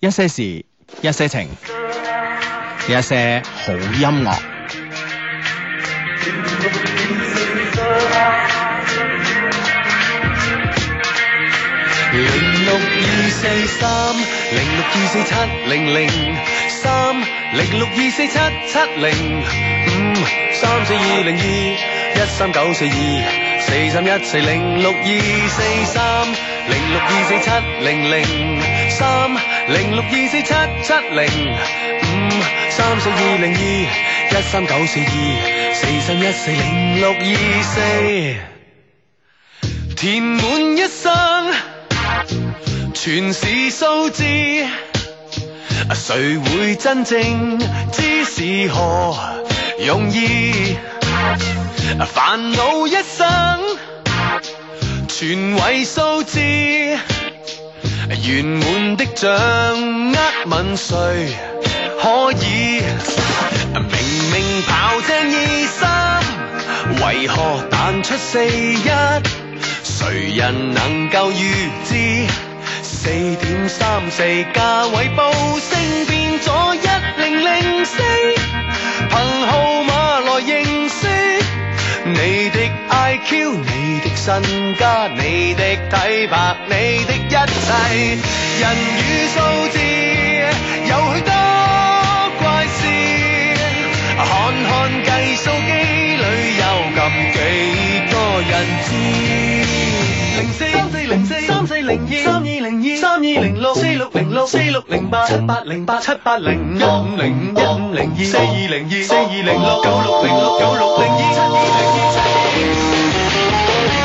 一些事，一些情，一些好音樂。零六二四三，零六二四七零零三，零六二四七七零五，三四二零二，一三九四二，四三一四零六二四三，零六二四七零零三，零六二四七七零五，三四二零二，一三九四二，四三一四零六二四，填滿一生。全是數字，啊誰會真正知是何容易？啊煩惱一生，全為數字，啊圓滿的掌握問誰可以？啊明明跑正二三，為何彈出四一？誰人能夠預知？四點三四價位報升變咗一零零四，憑號碼來認識你的 IQ，你的身家，你的體魄，你的一切。人與數字有許多怪事，看看計數機裏有咁幾多人知。零四三四零四三四零二三二零二三二零六四六零六四六零八七八零八七八零一五零五一五零二四二零二四二零六九六零六九六零二七二零二七二零二。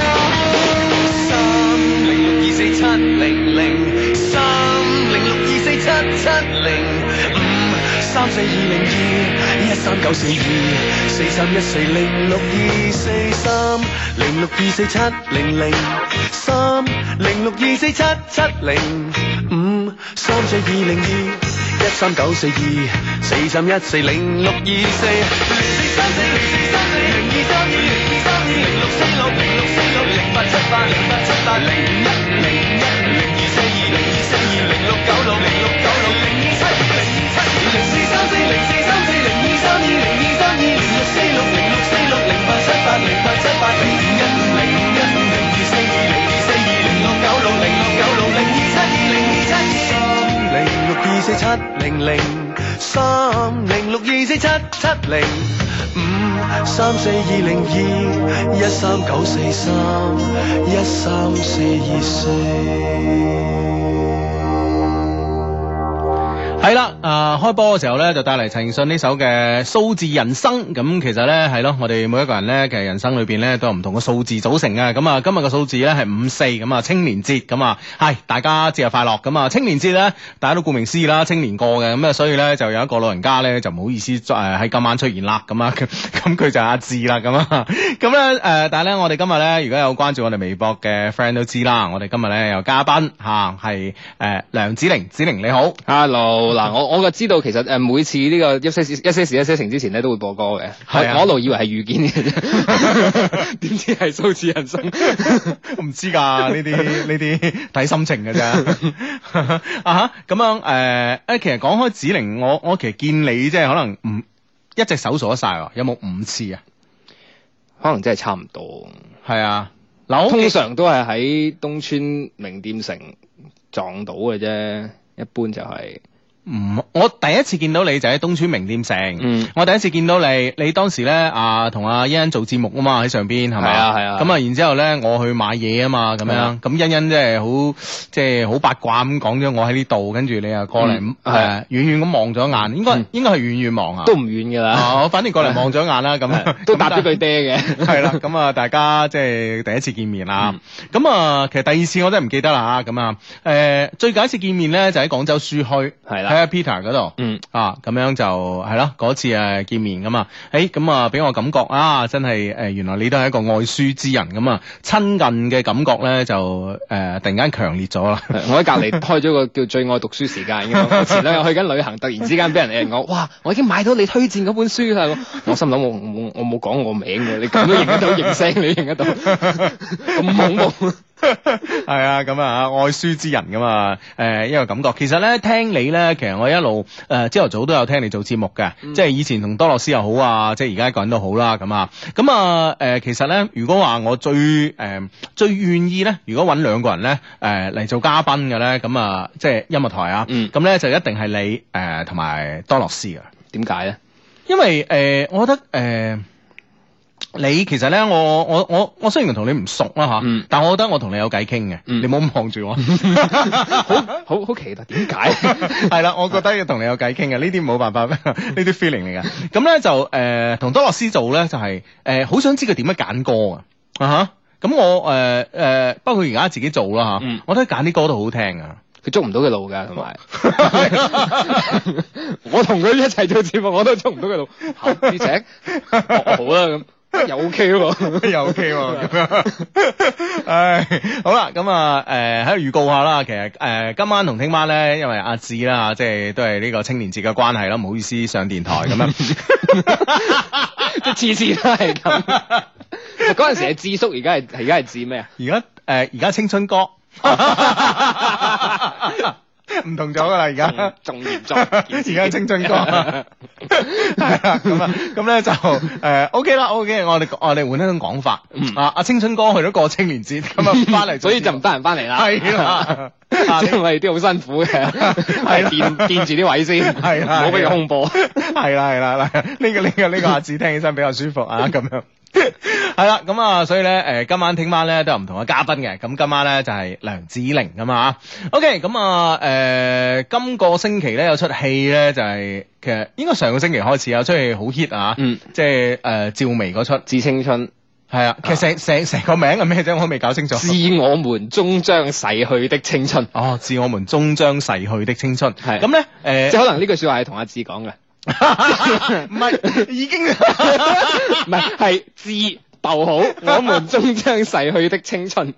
三零六二四七零零三零六二四七七零五三四二零二一三九四二四三一四零六二四三零六二四七零零三零六二四七七零五三四二零二一三九四二四三一四零六二四零四三四零四三四零二三二零二三二零六四六零六四六零八七八零八七八零一零一零二四二零二四二零六九六零六九六零二七零二七零四三四零四三四零二三二零二三二零六四六零六四六零八七八零八七八零一零一零二四二零二四二零六九六零六九六零二七二零二七三零六二四七零零三零六二四七七零五三四二零二一三九四三一三四二四。係啦，啊、開波嘅時候咧，就帶嚟陳奕迅呢首嘅《數字人生》。咁其實咧係咯，我哋每一個人咧，其實人生裏邊咧都有唔同嘅數字組成啊。咁啊，今日嘅數字咧係五四咁啊，青年節咁啊，係大家節日快樂咁啊。青年節咧，大家都顧名思義啦，青年過嘅咁啊，所以咧就有一個老人家咧就唔好意思誒喺今晚出現啦咁啊，咁佢就阿志啦咁啊，咁咧誒，但係咧我哋今日咧，如果有關注我哋微博嘅 friend 都知啦，我哋今日咧有嘉賓嚇係誒梁子玲，子玲你好。 Hello，嗱，我我就知道其實誒呃每次呢個一些事一些事一些情之前咧都會播歌嘅，係啊我我一路以為係遇見嘅啫， 點知係數字 人生。我唔知㗎，呢啲呢啲睇心情㗎啫。 啊哈，咁樣誒，誒、其實講開指令，我我其實見你即係可能唔一隻手數得晒喎，有冇五次啊？可能真係差唔多，係啊，嗱，我通常都係喺東村名店城撞到嘅啫，一般就係、唔，我第一次見到你就喺東村名店城。嗯我第一次見到你，你當時咧啊同阿欣欣做節目啊嘛喺上邊係咪？係啊係啊咁啊，然之後咧我去買嘢啊嘛咁係樣，啊咁欣欣即係好即係好八卦咁講咗我喺呢度，跟住你又過嚟誒嗯係啊遠遠咁望咗一眼，應該嗯應該係遠遠望啊。都唔遠㗎啦，啊我反正過嚟望咗一眼啦，咁 都答咗句。咁爹嘅。但 係啦，咁啊，大家即係第一次見面啦。嗯咁啊，其實第二次我真係唔記得啦。咁啊，誒，最近一次見面咧就喺廣州書墟。係啦，喺 Peter 嗰度。嗯，啊，咁樣就係咯，嗰次誒見面噶嘛，誒咁啊，俾我感覺啊，真係誒、原來你都係一個愛書之人咁啊，親近嘅感覺咧就誒、突然間強烈咗啦，係 我喺隔離開咗個叫最愛讀書時間嘅嘛，我前兩日去緊旅行，突然之間俾人誒我，哇！我已經買到你推薦嗰本書啦，我心諗我我我冇講我名嘅，你咁都認得到認聲，你都認得到，咁恐怖。係啊，咁啊，愛書之人咁啊，誒、一個感覺。其實咧聽你咧，其實我一路誒朝頭早都有聽你做節目嘅，即係以前同多樂斯又好啊，即係而家一個人都好啦，咁啊，咁啊誒，其實咧，如果話我最誒、最願意咧，如果揾兩個人咧誒嚟做嘉賓嘅咧，咁啊，即係音樂台啊，嗯咁咧、就一定係你誒同埋多樂斯嘅。點解咧？因為誒、呃我覺得誒、呃你其實咧，我我我我雖然同你唔熟啦嚇，嗯但我覺得我同你有偈傾嘅，嗯你唔好咁望住 我。好好奇特，點解？ 係啦，我覺得要同你有偈傾嘅，呢啲冇辦法， 呢啲 feeling 嚟嘅。咁咧就誒同、多樂斯做咧，就係誒好想知佢點樣揀歌啊！啊哈咁我誒誒、呃包括而家自己做啦嚇，嗯我都揀啲歌都好聽啊！佢捉唔到嘅路㗎，同埋我同佢一齊做節目，我都捉唔到佢路。嚇呢隻哦好啦咁，又 OK 喎。又 OK 喎，咁樣， 唉，好啦，咁啊，誒喺度預告下啦，其實誒、今晚同聽晚咧，因為阿志啦，即係都係呢個青年節嘅關係啦，唔好意思上電台咁樣，即係次次都係咁。嗰陣時係智叔，而家係而家係智咩啊？而家誒而家青春歌 唔同咗噶啦，而家。嗯仲嚴 重，而家青春歌，係啦咁啊，咁咧就誒 OK 啦，OK，我哋我哋換一種講法，啊，阿青春歌去咗過青年節，咁啊翻嚟，嗯所以就唔得人翻嚟啦。係 啦，啊因為啲好辛苦 嘅，係墊墊住啲位先，係啦唔好俾佢空播。係啦係啦係啦，呢個呢個呢個阿子聽起身比較舒服啊，咁樣。係啦，咁啊，所以咧，誒，今晚聽晚咧都有唔同嘅嘉賓嘅，咁今晚咧就係梁子玲咁啊，OK，咁啊，誒、今個星期咧有出戲咧就係、其實應該上個星期開始有出戲好 hit 啊，嗯即係誒、趙薇嗰出，致 青春，係啊，其實成成成個名係咩啫，我都未搞清楚。致我們終將逝去的青春。哦，致我們終將逝去的青春，係咁咧，誒、呃即係可能呢句説話係同阿志講嘅。 唔係已經。唔係，係致 逗好，我們終將逝去的青春。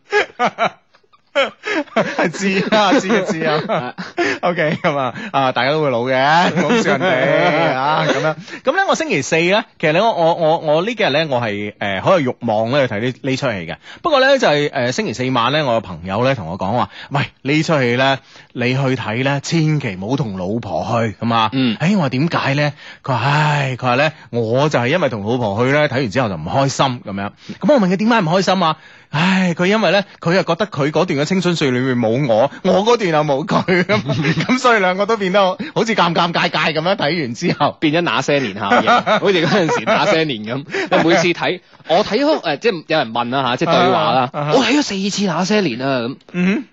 係知啊，知啊，知啊。OK，咁啊，啊，大家都會老嘅，唔好笑人哋啊，咁樣。咁咧，我星期四咧，其實咧，我我我我呢幾日咧，我係呃誒好有慾望咧去睇呢呢出戲嘅。不過咧就係、誒、星期四晚咧，我有朋友咧同我講話，喂，呢出戲咧，你去睇咧，千祈唔好同老婆去，咁啊。嗯誒、我話點解咧？佢話唉，佢話咧，我就係因為同老婆去咧，睇完之後就唔開心咁樣。咁我問佢點解唔開心啊？唉，佢因為咧，佢又覺得佢嗰段嘅青春歲月裏面冇我，我嗰段又冇佢咁，咁所以兩個都變得好好似尷尷尬尬咁樣。睇完之後，變咗那些年 效應，好似嗰陣時那些年咁。我每次睇，我睇咗誒，即係有人問啦嚇，即係對話啦。啊啊我睇咗四次那些年啊，咁嗯，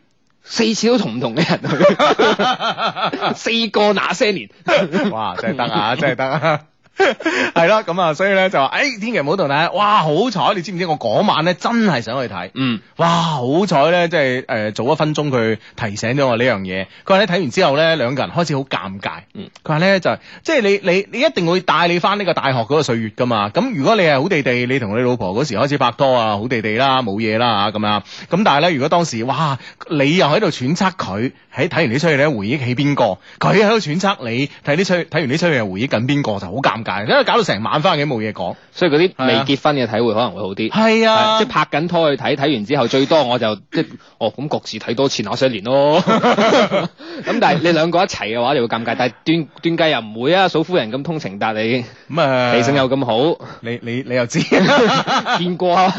四次都同唔同嘅人啊去，四個那些年。 哇，真係得啊，真係得啊！ 係咯，咁啊，所以咧就話，誒、千祈唔好同大家，哇，好彩，你知唔知我嗰晚咧真係想去睇，嗯，哇！好彩咧，即係誒早一分鐘佢提醒咗我呢樣嘢。佢話咧睇完之後咧，兩個人開始好尷尬。嗯，佢話咧就係即係你你你一定會帶你翻呢個大學嗰個歲月噶嘛。咁如果你係好地地，你同你老婆嗰時開始拍拖啊，好地地啦，冇嘢啦嚇咁啊。咁但係咧，如果當時哇，你又喺度揣測佢喺睇完呢出戲咧回憶起邊個，佢喺度揣測你睇呢出睇完呢出戲又回憶緊邊個，就好尷尬，因為搞到成晚翻屋企冇嘢講。所以嗰啲未係啊結婚嘅睇會可能會好啲。係係啊即係，拍緊拖去睇，睇完之後最多我就即係哦咁各自睇多次那些年 咯。咁但係你兩個一齊嘅話，你會尷尬。但係斷斷計又唔會啊，嫂夫人咁通情達理，咁啊，理性又咁好，你你你又 知。見過 啊，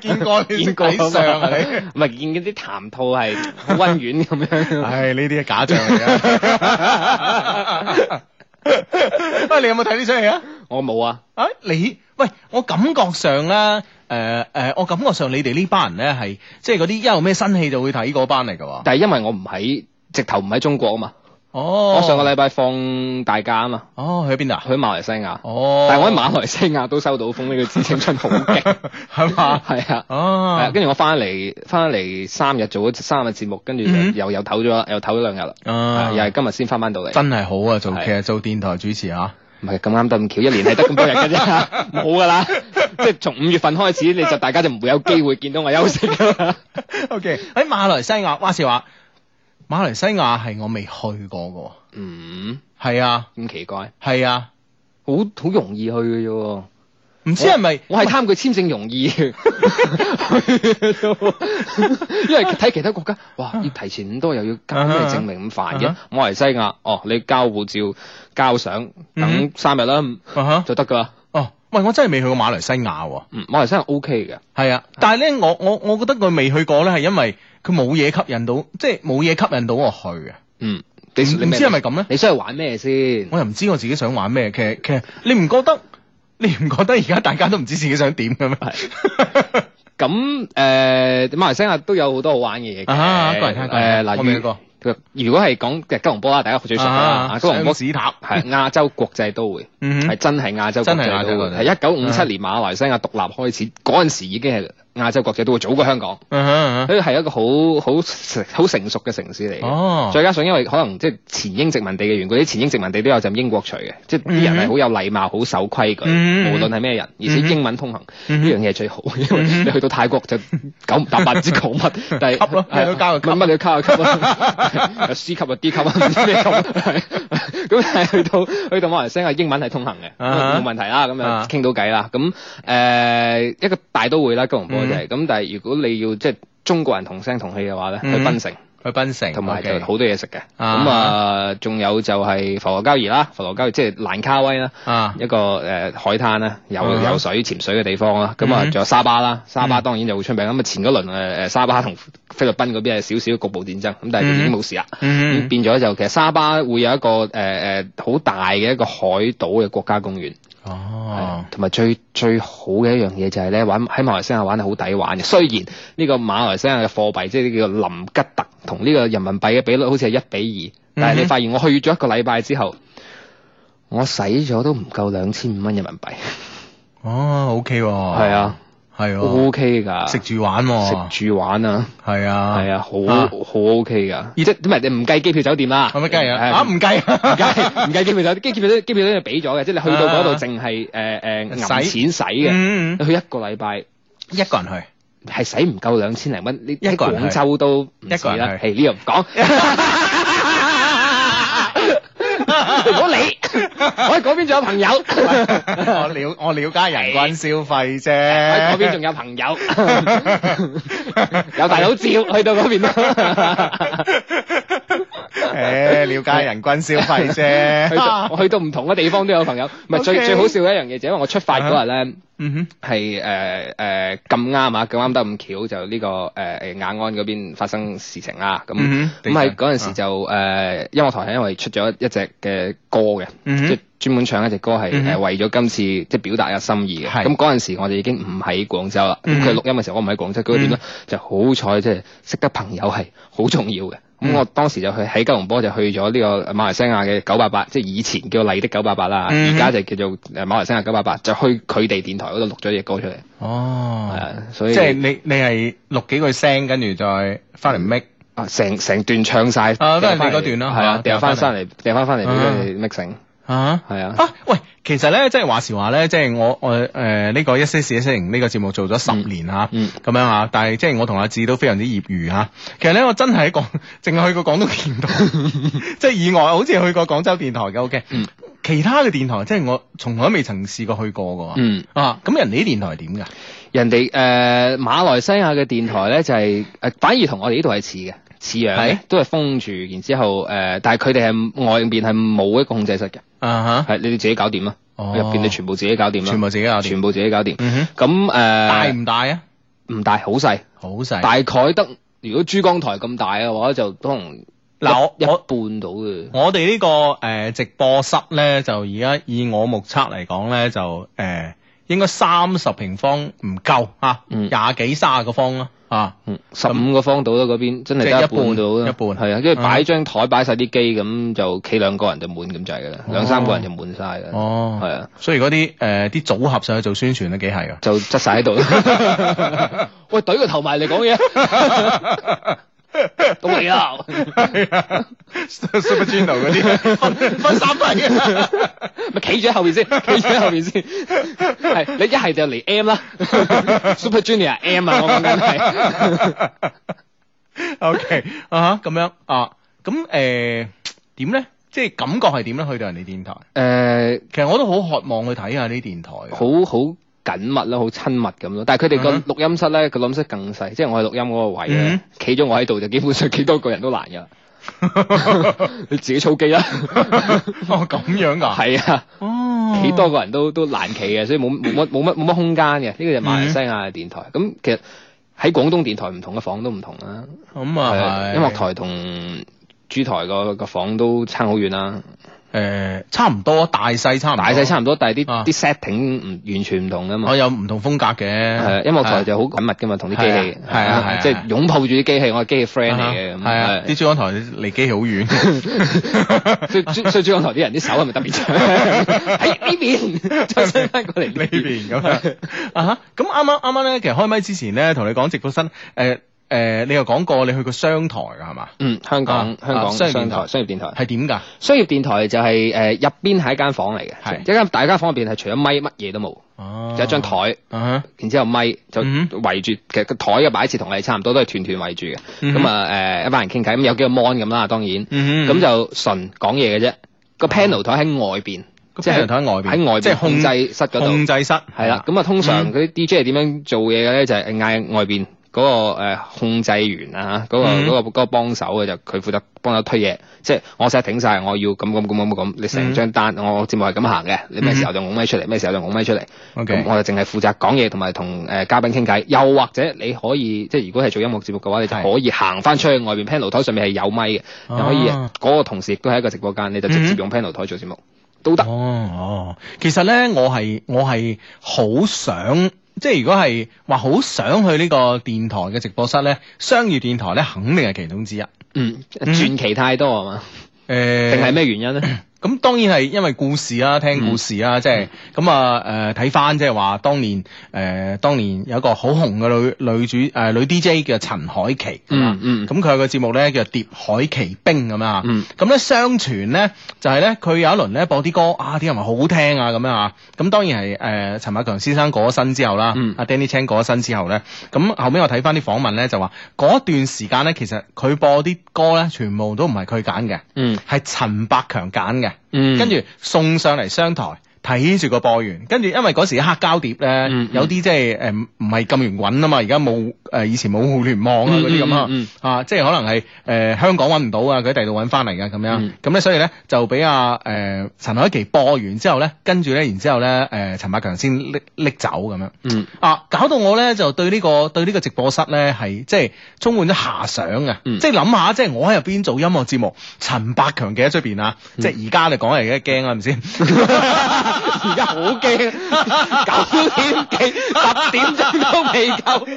見過你見識過啊睇相 啊你？唔係見嗰啲談吐係好溫婉 咁樣。唉，呢啲係假象嚟啊！ 喂，你有冇睇呢出戲啊？我冇啊，啊，你喂，我感覺上咧，誒、誒、我感覺上你哋呢班人咧係即係嗰啲一有咩新戲就會睇嗰班嚟㗎喎。但係因為我唔喺，直頭唔喺中國啊嘛。哦，我上個禮拜放大假啊嘛，哦去邊度啊？去馬來西亞，哦，但係我喺馬來西亞都收到風呢個知青春好勁， 係嘛？係啊。係啊哦，跟住我翻嚟，翻嚟三日做咗三日節目，跟住就嗯又又唞咗啦，又唞咗兩日啦，啊係又係今日先翻翻到嚟。真係好啊！做係其實做電台主持啊， 唔係咁啱得咁巧，一年係得咁多日嘅啫，冇噶啦。即係從五月份開始，你就大家就唔會有機會見到我休息噶 啦。 OK，喺馬來西亞，話時話馬來西亞係我未去過嗯，嘅喎，係啊，咁奇怪，係啊，好好容易去嘅啫喎。唔知係咪我係貪佢簽證 容易，因為睇其他國家，哇，要提前咁多，又要交咩證明咁煩嘅啊。馬來西亞，哦，你交護照、交相，嗯等三日啦啊哈就得噶啦。哦，喂，我真係未去過馬來西亞喎。嗯，馬來西亞 O K 嘅，係啊，但係咧，我我我覺得佢未去過咧，係因為佢冇嘢吸引到，即係冇嘢吸引到我去啊。嗯，你唔你唔知係咪咁咧你想去玩咩先？我又唔知我自己想玩咩，其實其實你唔覺得你唔覺得而家大家都唔知自己想點嘅咩？咁誒、呃，馬來西亞都有好多好玩嘅嘢嘅。 啊過嚟聽過嚟誒聽我未去嗱、過如如果係講嘅吉隆坡啦，大家最熟㗎啦。啊吉隆雙坡子塔，係亞洲國際都會，係、嗯哼真係亞洲國真係亞際洲都國會。際嗯係一九五七年馬來西亞獨立開始，嗰陣時已經係亞洲國際都會，早過香港。嗯哼嗯哼所以係一個好好成好成熟嘅城市嚟嘅。哦再加上因為可能即係前英殖民地嘅緣故，啲前英殖民地都有陣英國除嘅，即係啲人係好有禮貌、好守規矩，嗯無論係咩人，而且英文通行嗯呢樣嘢係最好，因為你去到泰國就九唔搭八唔知講 乜，但係啊級咯啊咩都交個級乜乜你都交個級啦， 有 C 級啊 D 級啊唔知咩級，係 咁但係去到去到馬來西亞英文係通行嘅，啊冇問題啦，咁啊樣傾到偈啦，咁誒一個大都會啦，吉隆坡就嗯係咁，但係如果你要即係中國人同聲同氣嘅話咧，去嗯檳城。去檳城，同埋就 OK 好多嘢食嘅，啊咁啊，仲有就係浮羅交怡啦，浮羅交怡即係蘭卡威啦，啊一個誒海灘啦，有啊有水潛水嘅地方啦，咁啊，嗯仲有沙巴啦，沙巴嗯當然就好出名，咁啊，前嗰輪誒誒沙巴同菲律賓嗰邊係少少局部戰爭，咁但係已經冇事啦，嗯咁變咗就其實沙巴會有一個誒誒好大嘅一個海島嘅國家公園。哦，同埋最最好嘅一樣嘢就係咧，玩喺馬來西亞玩係好抵玩嘅。雖然呢個馬來西亞嘅貨幣即係呢個林吉特同呢個人民幣嘅比率好似係一比二，但係嗯你哼發現我去咗一個禮拜之後，我使咗都唔夠兩千五蚊人民幣，哦，OK 喎，係啊係喎， ，O K 㗎，食住玩喎，食住玩啊，係啊，係啊，好啊好 O K 㗎，而即係唔係唔計機票酒店啦，係咪計係啊？啊，唔計 唔計唔計機票酒店，機票都機票都係俾咗嘅，即係你去到嗰度淨係誒誒啊使呃揞錢使嘅，嗯，嗯你去一個禮拜。一個 人去。係使唔夠兩千零蚊，呢一喺個人廣州都唔止一個啦人。去係呢個唔講， 唔好理。我喺嗰邊仲 有朋友，喺我了我了解人均消費啫，嗰 邊仲有朋友， 有大佬照去到嗰邊 咯。誒了解人均消費去到啫。我去到唔同嘅地方都有朋友，唔係 OK 最最好笑嘅一樣嘢就係因為我出發嗰日咧。嗯係誒誒咁啱啊，咁啱得咁巧就呢、個誒誒、呃、雅安嗰邊發生事情啦，咁嗯哼咁喺地震嗰陣時就誒、呃音樂台係因為出咗一隻嘅歌嘅，嗯哼即係專門唱一隻歌係嗯誒哼為咗今次即係表達嘅心意嘅。係咁嗰陣時我哋已經唔喺廣州啦，咁嗯佢錄音嘅時候我唔喺廣州，咁點咧就好彩即係識得朋友係好重要嘅。咁嗯我當時就去喺吉隆坡就去咗呢個馬來西亞嘅九八八，即係以前叫麗的九八八啦，嗯啊而家就叫做誒馬來西亞九八八，就去佢哋電台嗰度錄咗只歌出嚟，係哼，哦，啊，所即以係你你係錄幾句聲，跟住再翻嚟 make。啊成成段唱晒，啊都係掟返你嗰段啦嚟係啊啊，掉翻掟返翻嚟，掉翻翻嚟俾佢哋 mixing，啊係啊啊喂，其實咧，即係話時話咧，即係我我誒呢個一些事一些情呢個節目做咗十年嚇，嗯咁樣啊，但係即係我同阿志都非常之業餘嚇。其實咧，我真 係喺廣，淨係去過廣東電 台，即係以外，好似去過廣州電台嘅 OK，嗯其他嘅電台即係我從來都未曾試過去過嘅喎。嗯。啊，咁人哋啲電台係點㗎？人哋誒、呃、馬來西亞嘅電台咧就係、呃反而同我哋呢度係似嘅，似樣係嘅，都係封住，然之後誒、呃但係佢哋係外邊係冇一個控制室嘅，啊係你哋自己搞掂啦，入哦邊你全部自己搞掂嚇，啦，全部自己搞掂全。部自己搞掂。嗯哼，咁誒、呃大唔大啊？唔大好細，好細。大概得如果珠江台咁大嘅話就可能嗱我一一我半到嘅。我哋呢、個呃直播室咧，就而家以我目測嚟講咧，就誒、呃、應該三十平方唔夠啊，嗯廿幾卅個方啦，啊，十五個方到啦，嗰邊真係即得係一半到啦，半一半係啊，跟住擺張台擺晒啲機咁，就企兩個人就滿咁滯噶啦，兩三個人就滿晒噶啦，哦，係啊，所以嗰啲誒啲組合上去做宣傳都幾係 啊。就執晒喺 度。喂，懟個頭埋嚟講嘢，到你啦！係啊，Super Junior 嗰啲分分三份嘅，咪企住喺後 邊先，企住喺後邊先。係你一係就嚟 M 啦，Super Junior M 啊，我講緊係。 OK 啊咁樣啊，咁誒點咧？即係感覺係點咧？去到人哋電台，誒，其實我都好渴望去睇下呢啲電台。好好緊密啦，好親密咁咯。但係佢哋嗯個錄音室咧，個錄音室更細，即係我係錄音嗰個位嗯咧，企咗我喺度就基本上幾多個人都難 噶。你自己操機啦，哦咁樣㗎，係啊，哦幾多個人都都難企嘅，所以冇冇乜冇乜冇乜空間嘅。呢個就係馬來西亞嘅電台。咁其實喺廣東電台唔同嘅房都唔同啦，咁係啊啊係音樂台同珠台個個房都差好遠啦。誒差唔多大細差唔多大細差唔多，但係啊啲啲 setting 唔完全唔同噶嘛我。有唔同風格嘅，係啊，音樂台就好緊密噶嘛，同啲機器係啊係啊係啊即係擁抱住啲機器，我係機器 friend 嚟嘅咁。係啊，啲珠江台離機器好 遠，所以珠所以珠江台啲人啲手係咪特別長？喺呢邊再伸翻過嚟呢邊咁樣啊哈！咁啱啱啱啱咧，其實開麥之前咧，同你講直播室，誒誒，你又講過你去過商台㗎係嘛？嗯，香港啊香港啊商業商電台台商業電台，係點㗎？商業電台就係誒入邊係一間房嚟係嘅，一間大間房入邊係除咗咪乜嘢都冇，哦有一張，台。啊哈然之後咪就嗯圍住，其實個台嘅擺設同我哋差唔多，都係團團圍住嘅。嗯咁啊誒一班人傾偈，咁有幾個 mon 咁啦，當然。嗯啊哼咁就純講嘢嘅啫。個 panel 台喺外邊，個即 panel 係台喺外邊喺外邊即係控控制室嗰控度。制室係啦，，咁啊通嗯常嗰啲 DJ 係點樣做嘢嘅咧？就係嗌外邊嗰個誒控制員啊，嗰個嗯嗰個嗰個幫手嘅就佢負責幫手推嘢，即係我 set 頂晒，我要咁咁咁咁咁，你嗯成張單我節目係咁行嘅，你咩時候就拱咪出嚟，咩時候就拱咪出嚟。 OK 咁我就淨係負責講嘢同埋同誒嘉賓傾偈，又或者你可以即係如果係做音樂節目嘅話，你就係可以行翻出去外邊 panel 台上面係有咪嘅，你可以啊嗯嗰個同事亦都係一個直播間，你就直接用 panel 台做節目都得。哦哦，其實咧，我係我係好想，即係如果係話好想去呢個電台嘅直播室咧，商業電台咧肯定係其中之一。誒、嗯，嗯傳奇太多係嘛？定係咩原因咧？咁當然係因為故事啦，聽故事嗯啦，即係咁啊誒睇翻即係話當年誒、呃、當年有一個好紅嘅女女主誒、呃女 DJ 叫陳凱琪，嗯嗯咁佢有個節目咧叫《碟海奇兵》咁樣啊，嗯咁咧相傳咧就係咧佢有一輪咧播啲歌啊，啲人話好聽啊咁樣啊，咁當然係誒、呃、陳百強先生過咗身之後啦，阿、嗯 Danny Chan 過咗身之後咧，咁後尾我睇翻啲訪問咧就話嗰段時間咧其實佢播啲歌咧全部都唔係佢揀嘅。嗯係陳百強揀嘅，嗯跟住送上嚟商台。睇住個播完，跟住因為嗰時黑膠碟咧，嗯嗯有啲即係誒唔唔係咁容易揾啊嘛，而家冇誒以前冇互聯網啊嗯嗰啲咁啊嗯嗯，啊即係可能係誒、呃香港揾唔到啊，佢喺第度揾翻嚟嘅咁樣，咁咧嗯、所以咧就俾阿誒陳凱琪播完之後咧，跟住咧然之後咧誒、呃、陳百強先拎拎走咁樣。嗯啊，搞到我咧就對呢、個對呢個直播室咧係即係充滿咗遐想啊！嗯即係諗下，即係我喺入邊做音樂節目，陳百強企喺出邊啊！嗯即係而家你講嚟嘅驚啦，係咪先？而家好 驚，九點幾十點鐘都未夠，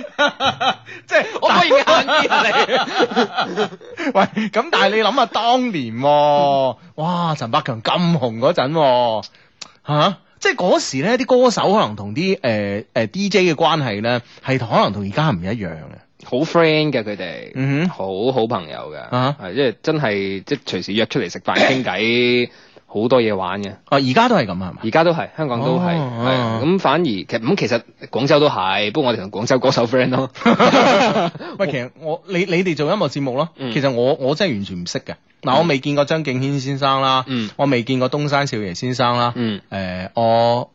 即係我可以晏啲啊你。 喂，咁但係你諗下當年喎、哇，陳百強咁紅嗰陣喎，吓即係嗰時咧，啲歌手可能同啲誒誒 DJ 嘅關係咧，係可能同而家唔一樣嘅。好 friend 嘅佢哋，嗯哼好好朋友嘅，啊係即係真係即係隨時約出嚟食飯傾偈， 好多嘢玩嘅。啊，而家都係咁啊，係嘛？而家都係，香港都係，係哦啊哦咁反而其實咁其實廣州都係，不過我哋同廣州歌手 friend 咯。喂，其實我你你哋做音樂節目咯，嗯其實我我真係完全唔識嘅。嗱，我未見過張敬軒先生啦，嗯我未見過東山少爺先生啦，誒、嗯我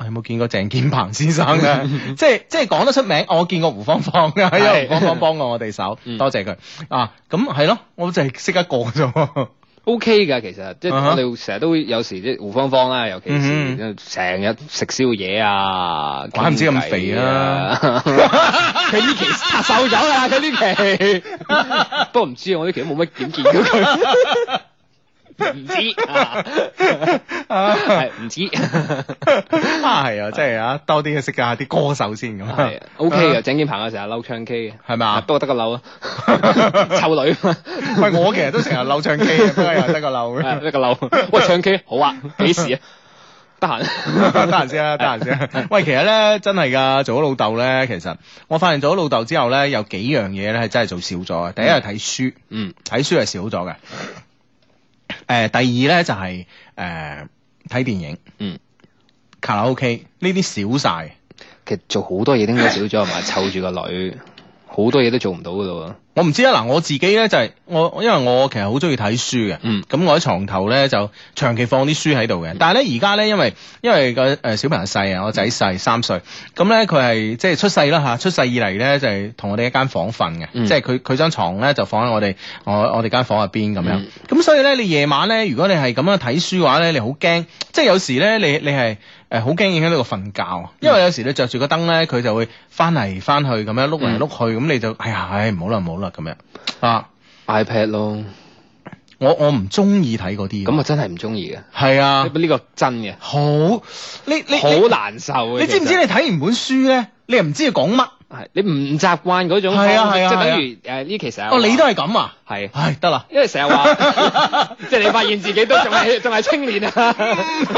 我有冇見過鄭建鵬先生嗯咧？ 即係即係講得出名，我見過胡芳芳嘅，因為胡芳芳幫過我哋手，嗯多謝佢啊。咁係咯，我就係識一個啫喎。 O K 㗎，其實即係啊哈我哋成日都有時即係胡芳芳啦，尤其嗯是成日食宵夜啊，怪唔知咁傾偈肥啊！ 佢呢期瘦咗 啊 啦，佢呢期。不過唔知我呢期都冇乜點見到佢。唔止啊，係唔止，啊係啊，真係啊，多啲去識下啲歌手先咁啊 係。OK 啊嘅。鄭建鵬啊，成日嬲唱 K 嘅，係咪啊啊？不過得個嬲 啊，臭女啊喂，我其實都成日漏唱 K 嘅，不過又得個漏嘛，係得個嬲。喂，唱 K 好啊，幾時啊？得閒。 得閒先啦，啊 得閒先。喂，其實咧真係噶，做咗老豆咧，其實我發現做咗老豆之後咧，有幾樣嘢咧係真係做少咗嘅。第一係睇書，嗯，睇書係少咗嘅。誒、第二咧就係誒睇電影，嗯，卡拉 OK 呢啲少晒。其實做好多嘢都應該少咗，係嘛？湊住個女，好多嘢都做唔到噶咯我唔知啊，嗱，我自己咧就係、我，因為我其實好中意睇書嘅，嗯咁我喺床頭咧就長期放啲書喺度嘅。但係咧而家咧，因為因為個誒小朋友細啊，我仔細三歲，咁咧佢係即係出世啦嚇，出世以嚟咧就係同我哋一間房瞓嘅，嗯即係佢佢張床咧就放喺我哋我我哋間房入邊咁樣。咁嗯、所以咧，你夜晚咧，如果你係咁樣睇書嘅話咧，你好驚，即係有時咧你你係。誒好驚影響到個瞓覺啊，因嗯為有時你着住個燈咧，佢就會翻嚟翻去咁樣碌嚟碌去，咁、你就哎呀，唉唔好啦唔好啦咁樣啊！喎，iPad 咯，我我唔中意睇嗰啲，咁我真係唔中意嘅，係啊，呢個真嘅，好你你好你難受嘅。你知唔其知實你睇完本書咧，你又唔知佢講乜？係你唔習慣嗰種方式，係啊係啊即係係啊等於誒呢期成日哦，你都係係咁啊？係，唉，得啦，因為成 日話，即係你發現自己都仲係仲係青年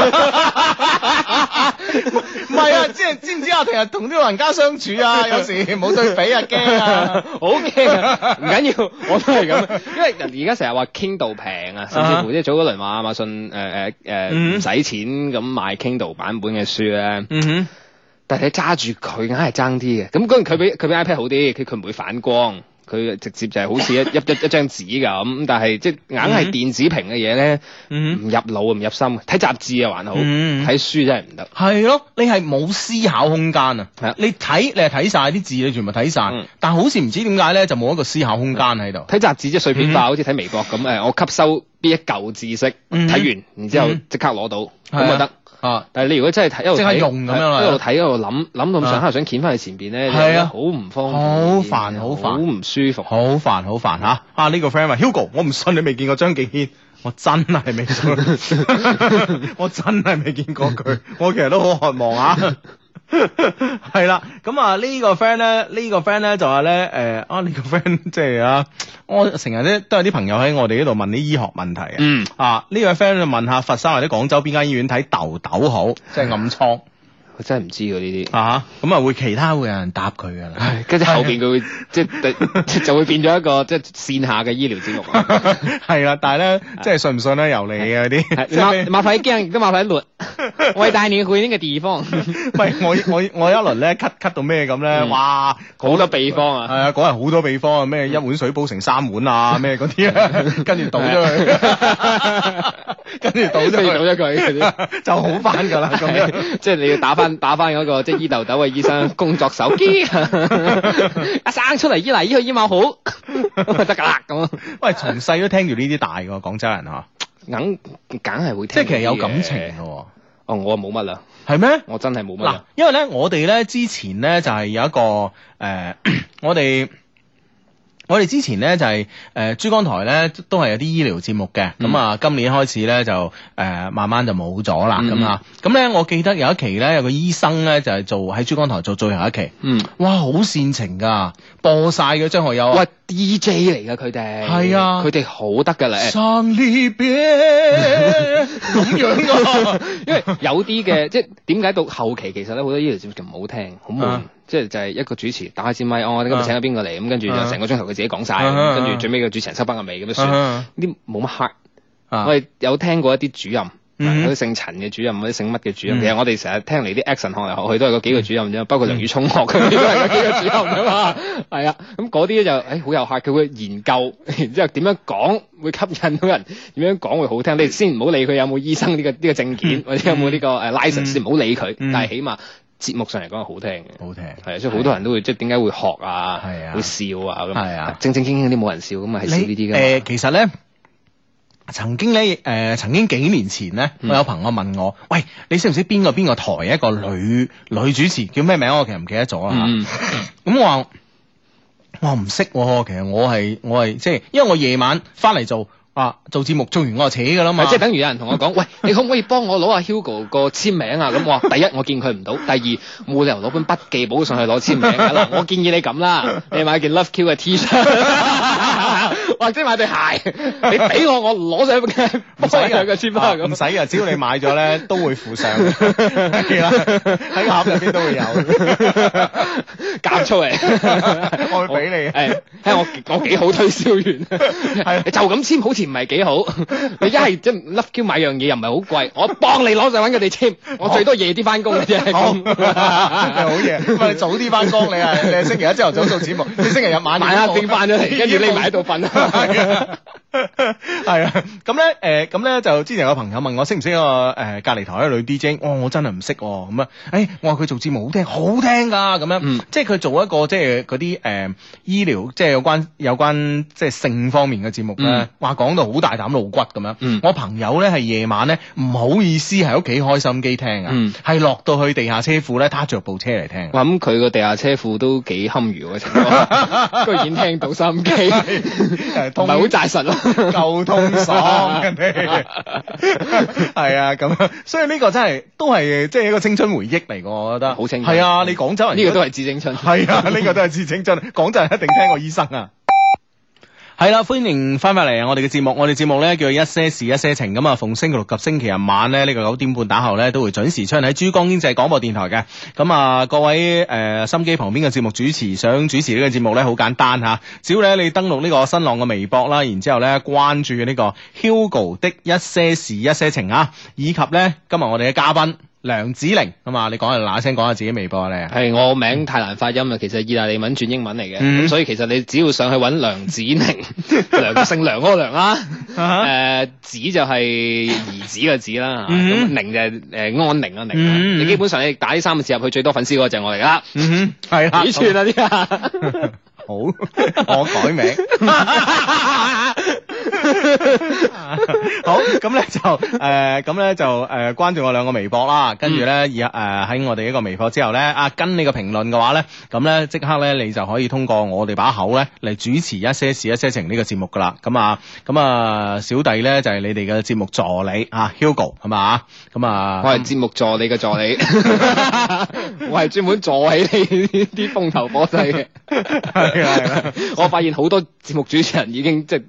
啊。唔係 啊，即係知唔知啊？成日同啲老人家相處啊，有 時冇對比啊，驚啊！ 好驚啊！唔緊要，我都係咁，因為人而家成日話 Kindle 平啊，甚至乎即係早嗰輪話亞馬呃遜誒誒誒唔嗯使錢咁買 Kindle 版本嘅書咧，嗯哼，但係你揸住佢硬係爭啲嘅。咁嗰陣佢比佢比 iPad 好啲，佢佢唔會反光，佢直接就係好似一一一一張紙咁。但係即係硬係電子屏嘅嘢咧，嗯唔入腦啊，唔入心。睇雜誌啊還好，嗯睇書真係唔得。係咯，你係冇思考空間啊係啊！你睇你係睇晒啲字，你全部睇晒嗯，但好似唔知點解咧，就冇一個思考空間喺度。睇雜誌即係碎片化，好似睇微博咁誒，我吸收邊一嚿知識，嗯睇完然之後嗯即刻攞到，咁係就啊得。啊！但係你如果真係睇一路即刻睇用咁樣啦啊係一路睇一路諗諗到咁上下，想掀翻去前邊咧，係啊好唔方便，好煩好煩好唔舒服。好煩好煩吓！啊呢、個 friend 話 Hugo，我唔信你未見過張敬軒，我真係未信，我真係未見過佢，我其實都好渴望啊！係啦，咁啊呢個 friend 咧，呢個 friend 咧就話咧，誒啊呢個 friend 即係啊，我成日咧都有啲朋友喺我哋呢度問啲醫學問題啊。嗯，啊！呢位 friend 就問下佛山或者廣州邊間醫院睇痘痘好，即係暗瘡我真係唔知㗎呢啲。啊！咁啊會其他會有人答佢噶啦。唉跟住後邊佢會啊即係即就會變咗一個即係線下嘅醫療節目 啊。係啦，但係咧，即係信唔信咧，由你啊嘅嗰啲，即啊係係麻麻煩驚，亦都麻煩攣。 我係帶你去呢個地方，喂，我我我有一輪咧咳咳到咩咁咧，嗯哇！好多秘方係啊。啊，嗰日好多秘方啊，咩一碗水煲成三碗啊，咩嗰啲 咧，跟住倒咗 佢，跟住倒即係咗咗佢嗰啲。佢，就好翻㗎啦，咁 樣。係 即係你要打翻打翻嗰個即係醫豆豆嘅醫生工作手 機， 阿生出嚟醫嚟醫去醫某好，得㗎啦咁。啊喂，從細都聽住呢啲大㗎，廣州人嚇，梗梗係會即聽，係其實有感情㗎。喎，哦，我冇乜啦，係咩？我真係冇乜嗱啦。，因為咧，我哋咧之前咧就係、有一個誒、呃 我哋。我哋之前咧就係、呃珠江台咧都係有啲醫療節目嘅，咁啊、今年開始咧就誒、呃慢慢就冇咗啦咁啊，咁咧我記得有一期咧有個醫生咧就係、做喺珠江台做最後一期，嗯，哇好煽情㗎，播晒嘅張學友啊喂，DJ 嚟噶佢哋，係啊佢哋好得噶啦。生離別咁樣㗎，因為有啲啊嘅，即係點解到後期其實咧好多醫療節目就唔好聽，好悶啊，即係就係一個主持打開支咪，哦，我哋今日請咗邊個嚟，咁跟住就啊成個鐘頭佢自己講晒，啊啊啊咁跟住最尾個主持人收翻個尾咁就算，呢啊啲冇乜黑。啊我哋有聽過一啲主任，嗯有啲姓陳嘅主任，或者姓乜嘅主嗯任。其實我哋成日聽嚟啲 action 學嚟學去都係嗰幾個主任啫，包括梁宇聰學 佢哋都係嗰幾個主任啫嘛。係啊，咁嗰啲就誒好有客，佢會研究， 然之後點樣講會吸引到人，點樣講會好聽。你先唔好理佢有冇醫生呢個呢個證件，或者有冇呢個誒 license，先唔好理佢。嗯但係起碼節目上嚟講係好聽嘅。好聽。係啊，所以好多人都會即係點解會學啊，係啊會笑啊咁。係啊正正經經啲冇人笑咁啊，係笑誒、呢啲㗎嘛。呃其實咧。曾經咧，誒、曾經幾年前咧，嗯我有朋友問我：，喂，你識唔識邊個邊個台一個女女主持叫咩名？啊我其實唔記得咗啦嚇。嗯咁我話我話唔識喎，其實我係我係即係，因為我夜晚翻嚟做，啊，做節目做完我就扯噶啦唔係嘛，即係等於有人同 我講，喂，你可唔可以幫我攞阿 Hugo 個簽名啊？咁我話第一我見佢唔到，第二冇理由攞本筆記簿上去攞簽名㗎 嗱，我建議你咁啦，你買件 Love Q 嘅 T 恤，或者買對鞋，你俾我，我攞上去唔幫使佢嘅個簽啊名唔咁。使嘅，只要你買咗咧，都會附 上 嘅，係啦，喺個盒入邊都會有， 夾出嚟，我會 俾 你誒，睇下我我幾好推銷員， 係你就咁簽好似唔係 幾好。你一係即係 Love Q 買樣嘢又唔係好貴，我幫你攞上揾佢哋簽，我最多夜啲翻工嘅啫。 好， 你咁好嘢，喂，你早啲翻工你係，你係星期一朝頭早做 節目，你星期日晚晚已經啊黑拎翻咗嚟，跟住匿埋喺度瞓。係啊，咁咧，诶，咁咧就之前有個朋友問我識唔識個诶隔離台嘅女 DJ，哦，我真係唔識喎，咁啊，诶，我話佢做節目好聽，好聽㗎，咁樣嗯，即係佢做一個即係嗰啲诶醫療，即係有關有關即係性方面嘅節目咧嗯，話講到好大膽露骨咁樣嗯。我朋友咧係夜晚咧唔好意思喺屋企開心機聽啊嗯，係落到去地下車庫咧，他着部車嚟聽。我諗佢個地下車庫都幾堪虞嘅情 況，居然聽到收音機，係唔係好扎啊實咯。夠通爽人 哋，係啊咁，所以呢個真係都係即係一個青春回憶嚟㗎，我覺得好青春係啊，你廣州人呢個都係致青春。係 啊，呢個都係致青春，廣州人一定聽過醫生啊。係啦，歡迎翻返嚟我哋嘅節目，我哋節目咧叫做一些事一些情咁啊，逢星期六及星期日晚咧，呢、個九點半打後咧都會準時出現喺珠江經濟廣播電台嘅。咁啊，各位誒、呃心機旁邊嘅節目主持想主持呢個節目咧，好簡單嚇，只要咧你登錄呢個新浪嘅微博啦，然之後咧關注呢個 Hugo 的一些事一些情啊，以及咧今日我哋嘅嘉賓梁子玲咁啊，你講下嗱聲講下自己微博啊你啊。係我名太難發音啦，其實意大利文轉英文嚟嘅，咁、嗯所以其實你只要上去揾梁 子寧，梁姓梁嗰個梁啦，誒、 啊子就係兒子嘅子啦，咁、嗯寧就係、誒安寧啊寧啊，嗯你基本上你打呢三個字入去，最多粉絲嗰個就係我嚟 啦，嗯哼，系啦，幾串啊啲啊！ 好，我改名。好，咁咧就誒，咁、咧就誒、關注我兩個微博啦，跟住咧以誒喺我哋呢個微博之後咧，啊跟你個評論嘅話咧，咁咧即刻咧你就可以通過我哋把口咧嚟主持一些事一些情呢個節目噶啦，咁啊咁啊小弟咧就係、你哋嘅節目助理啊 Hugo 係嘛，咁啊我係節目助理嘅助理， 我係專門助起你呢啲風頭火勢嘅。係啊啦係啦，我發現好多節目主持人已經即係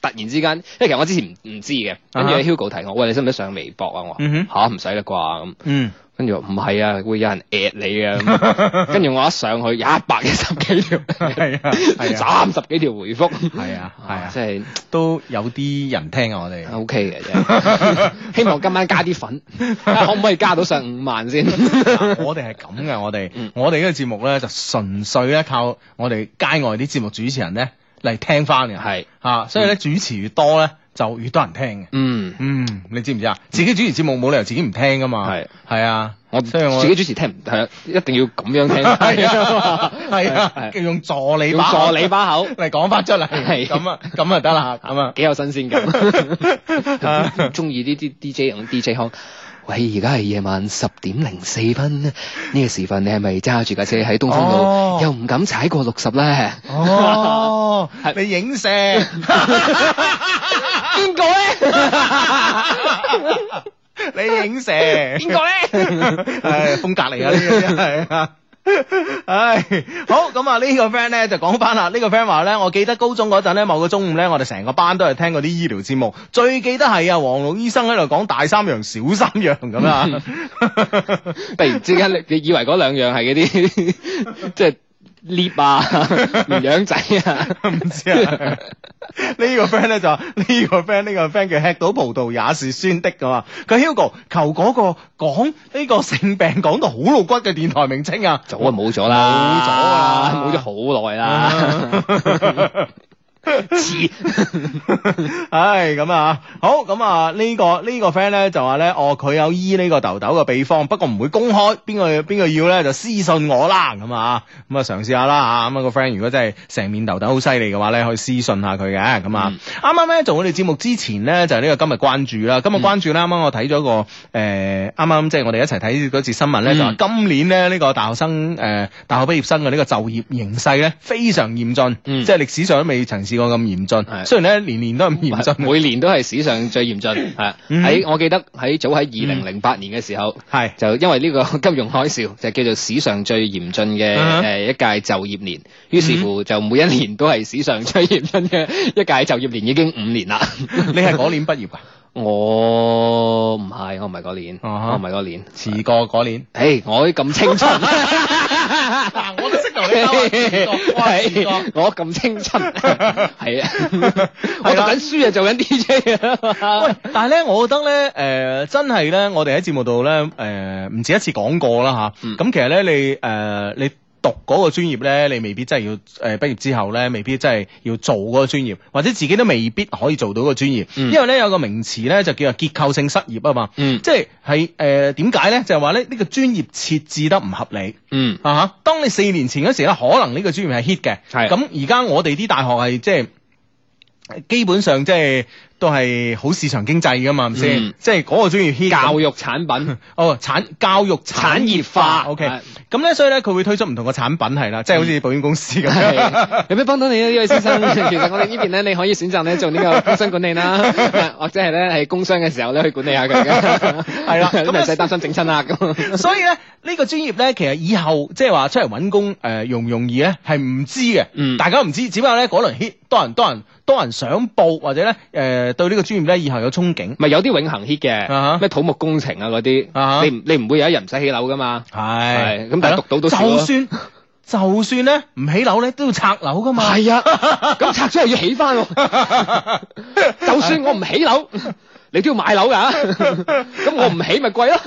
突然之間，因為其實我之前唔唔知嘅，跟住啊哈 Hugo 提我，喂，你使唔使上微博啊？我話嗯吓唔使啦啩咁，嗯。跟住我話唔係啊，會有人 at 你嘅咁， 跟住我一上去一百一十幾條，係啊係啊三十幾條回覆，係啊係啊即係都有啲人聽啊！我哋 OK 嘅啫。 希望今晚加啲粉， 睇下可唔可以加到上五萬先？ 嗱 我哋係咁嘅，我哋嗯我哋呢個節目咧就純粹咧靠我哋街外啲節目主持人咧嚟聽翻嘅，係，啊，所以咧主持越多咧就越多人聽嘅。嗯。嗯，你知唔知啊？自己主持節目冇理由自己唔聽噶嘛，係係啊，我所以我自己主持聽唔係啊，一定要咁樣 聽，係 啊係啊，係用助理用把助理把口， 嚟講翻出嚟，係咁啊咁啊得啦，咁 啊幾有新鮮啊 感。中意呢啲 DJ 咁 DJ 腔。喂，而家係夜晚十點零四分，呢、個時分你係咪揸住架車喺東風路，哦又唔敢踩過六十咧？哦，係你影射。 邊個咧？ 你影射邊個咧？ 唉，風格嚟啊，呢個真係 啊。唉，好咁啊！呢個 friend 咧就講翻啦，呢個 friend 話咧，我記得高中嗰陣咧，某個中午咧，我哋成個班都係聽嗰啲醫療節目，最記得係啊，黃老醫生喺度講大三樣、小三樣咁啊。 突然之間，你你以為嗰兩樣係嗰啲 即係 lift 啊、 綿羊仔 啊？唔知啊，呢個 friend 咧就話呢個 friend 呢個 friend 叫吃到葡萄也是酸的噶嘛。佢 Hugo 求嗰個講呢個性病講到好露骨嘅電台名稱啊，早啊冇咗啊啦，冇咗啦冇咗好耐 啦，啊黐唉，咁啊，好咁啊，呢、個呢、個 friend 咧就話咧，哦，佢有醫呢個痘痘嘅秘方，不過唔會公開，邊個邊個要咧就私信我啦，咁啊，咁啊嘗試下啦嚇，咁啊個 friend 如果真係成面痘痘好犀利嘅話咧，可以私信下佢嘅，咁啊嗯，啱啱咧做我哋節目之前咧就係呢個今日關注啦，今日關注咧啱啱我睇咗個誒啱啱即係我哋一齊睇嗰次新聞咧，就話嗯今年咧呢個大學呃生誒大學畢業生嘅呢個就業形勢咧非常嚴峻，嗯即係歷史上都未曾試試過咁嚴峻。係雖然咧年年都係咁嚴峻，每年都係史上最嚴峻，係嗯喺我記得喺早喺二零零八年嘅時候， 係就因為呢個金融海嘯，就叫做史上最嚴峻嘅嗯誒一屆就業年。於是乎就每一年都係史上最嚴峻嘅一屆就業年，已經五年啦。你係嗰年畢業㗎，我唔係，我唔係嗰年，啊哈我唔係嗰年。 遲過嗰年。誒，我咁青春。嗱，我都識同 係我咁青春，係啊，我讀啦緊書啊，做緊 DJ 啊。 喂，但係咧，我覺得咧，誒、真係咧，我哋喺節目度咧，誒、唔止一次講過啦吓。嗯咁、其實咧，你誒、你讀嗰個專業咧，你未必真係要誒、畢業之後咧，未必真係要做嗰個專業，或者自己都未必可以做到個專業，嗯因為咧有個名詞咧就叫做結構性失業啊嘛。嗯即係係誒點解咧？就係話咧呢、呢個專業設置得唔合理。嗯啊哈！當你四年前嗰時咧，可能呢個專業係 hit 嘅，係咁而家我哋啲大學係即係基本上即係都係好市場經濟噶嘛，係咪先嗯？即係嗰個專業 hit 教育育產 品哦產教育產業化，OK 係。嗯咁咧，所以咧佢會推出唔同嘅產品係啦，即係好似保險公司咁樣。係有咩幫到你呢？呢位先生， 其實我哋呢邊咧，你可以選擇咧 做呢個工商管理啦，或者係咧係工商嘅時候咧去管理下佢嘅， 係啦咁咁唔使擔心整親啦 咁。所以咧，呢個專業咧，其實以後即係話出嚟揾工，誒、呃容唔容易咧，係唔知嘅，嗯大家唔知，只不過咧嗰輪 hit 多人多人多人想報，或者咧誒、呃對呢個專業咧以後有憧憬。咪有啲永恆 hit 啊哈嘅，咩土木工程啊嗰啊哈啲，你唔你唔會有一日唔使起樓噶嘛？系係咁但係讀到都少就咯算就算咧唔起樓咧都要拆樓噶嘛，係啊， 咁拆咗又要起翻 喎。就算我唔起樓，你都要買樓㗎。 咁我唔起咪貴咯。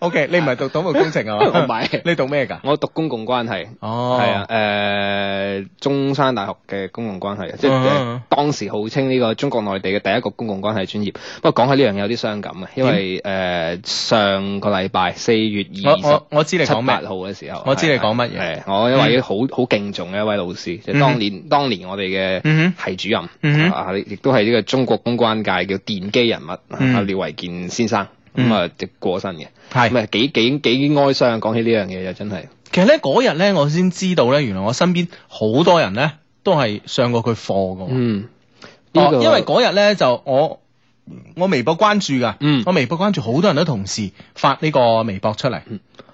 O K，你唔 係讀土木工程 啊嘛？我唔係你讀咩㗎？ 我讀公共關係。哦，係啊，，誒中山大學嘅公共關係，即嗯係嗯當時號稱呢個中國內地嘅第一個公共關係專業。不過講起呢樣嘢有啲傷感嘅，因為誒上個禮拜四月我二十我我知你七講咩八號嘅時候，我知你講乜嘢嗯嘢。係我一位好好敬重嘅一位老師，即係當年當年我哋嗯嘅系主任嗯哼啊，亦都係呢個中國公關界嘅奠基人物嗯啊，廖維健先生。嗯咁啊，即過身嘅，咁係。啊幾幾幾哀傷。啊講起呢樣嘢就真係，其實咧嗰日咧，我先知道咧，原來我身邊好多人咧都係上過佢課噶。嗯，呢啊哦，個因為嗰日咧就我我微博關注噶，嗯我微博關注好多人都同時發呢個微博出嚟，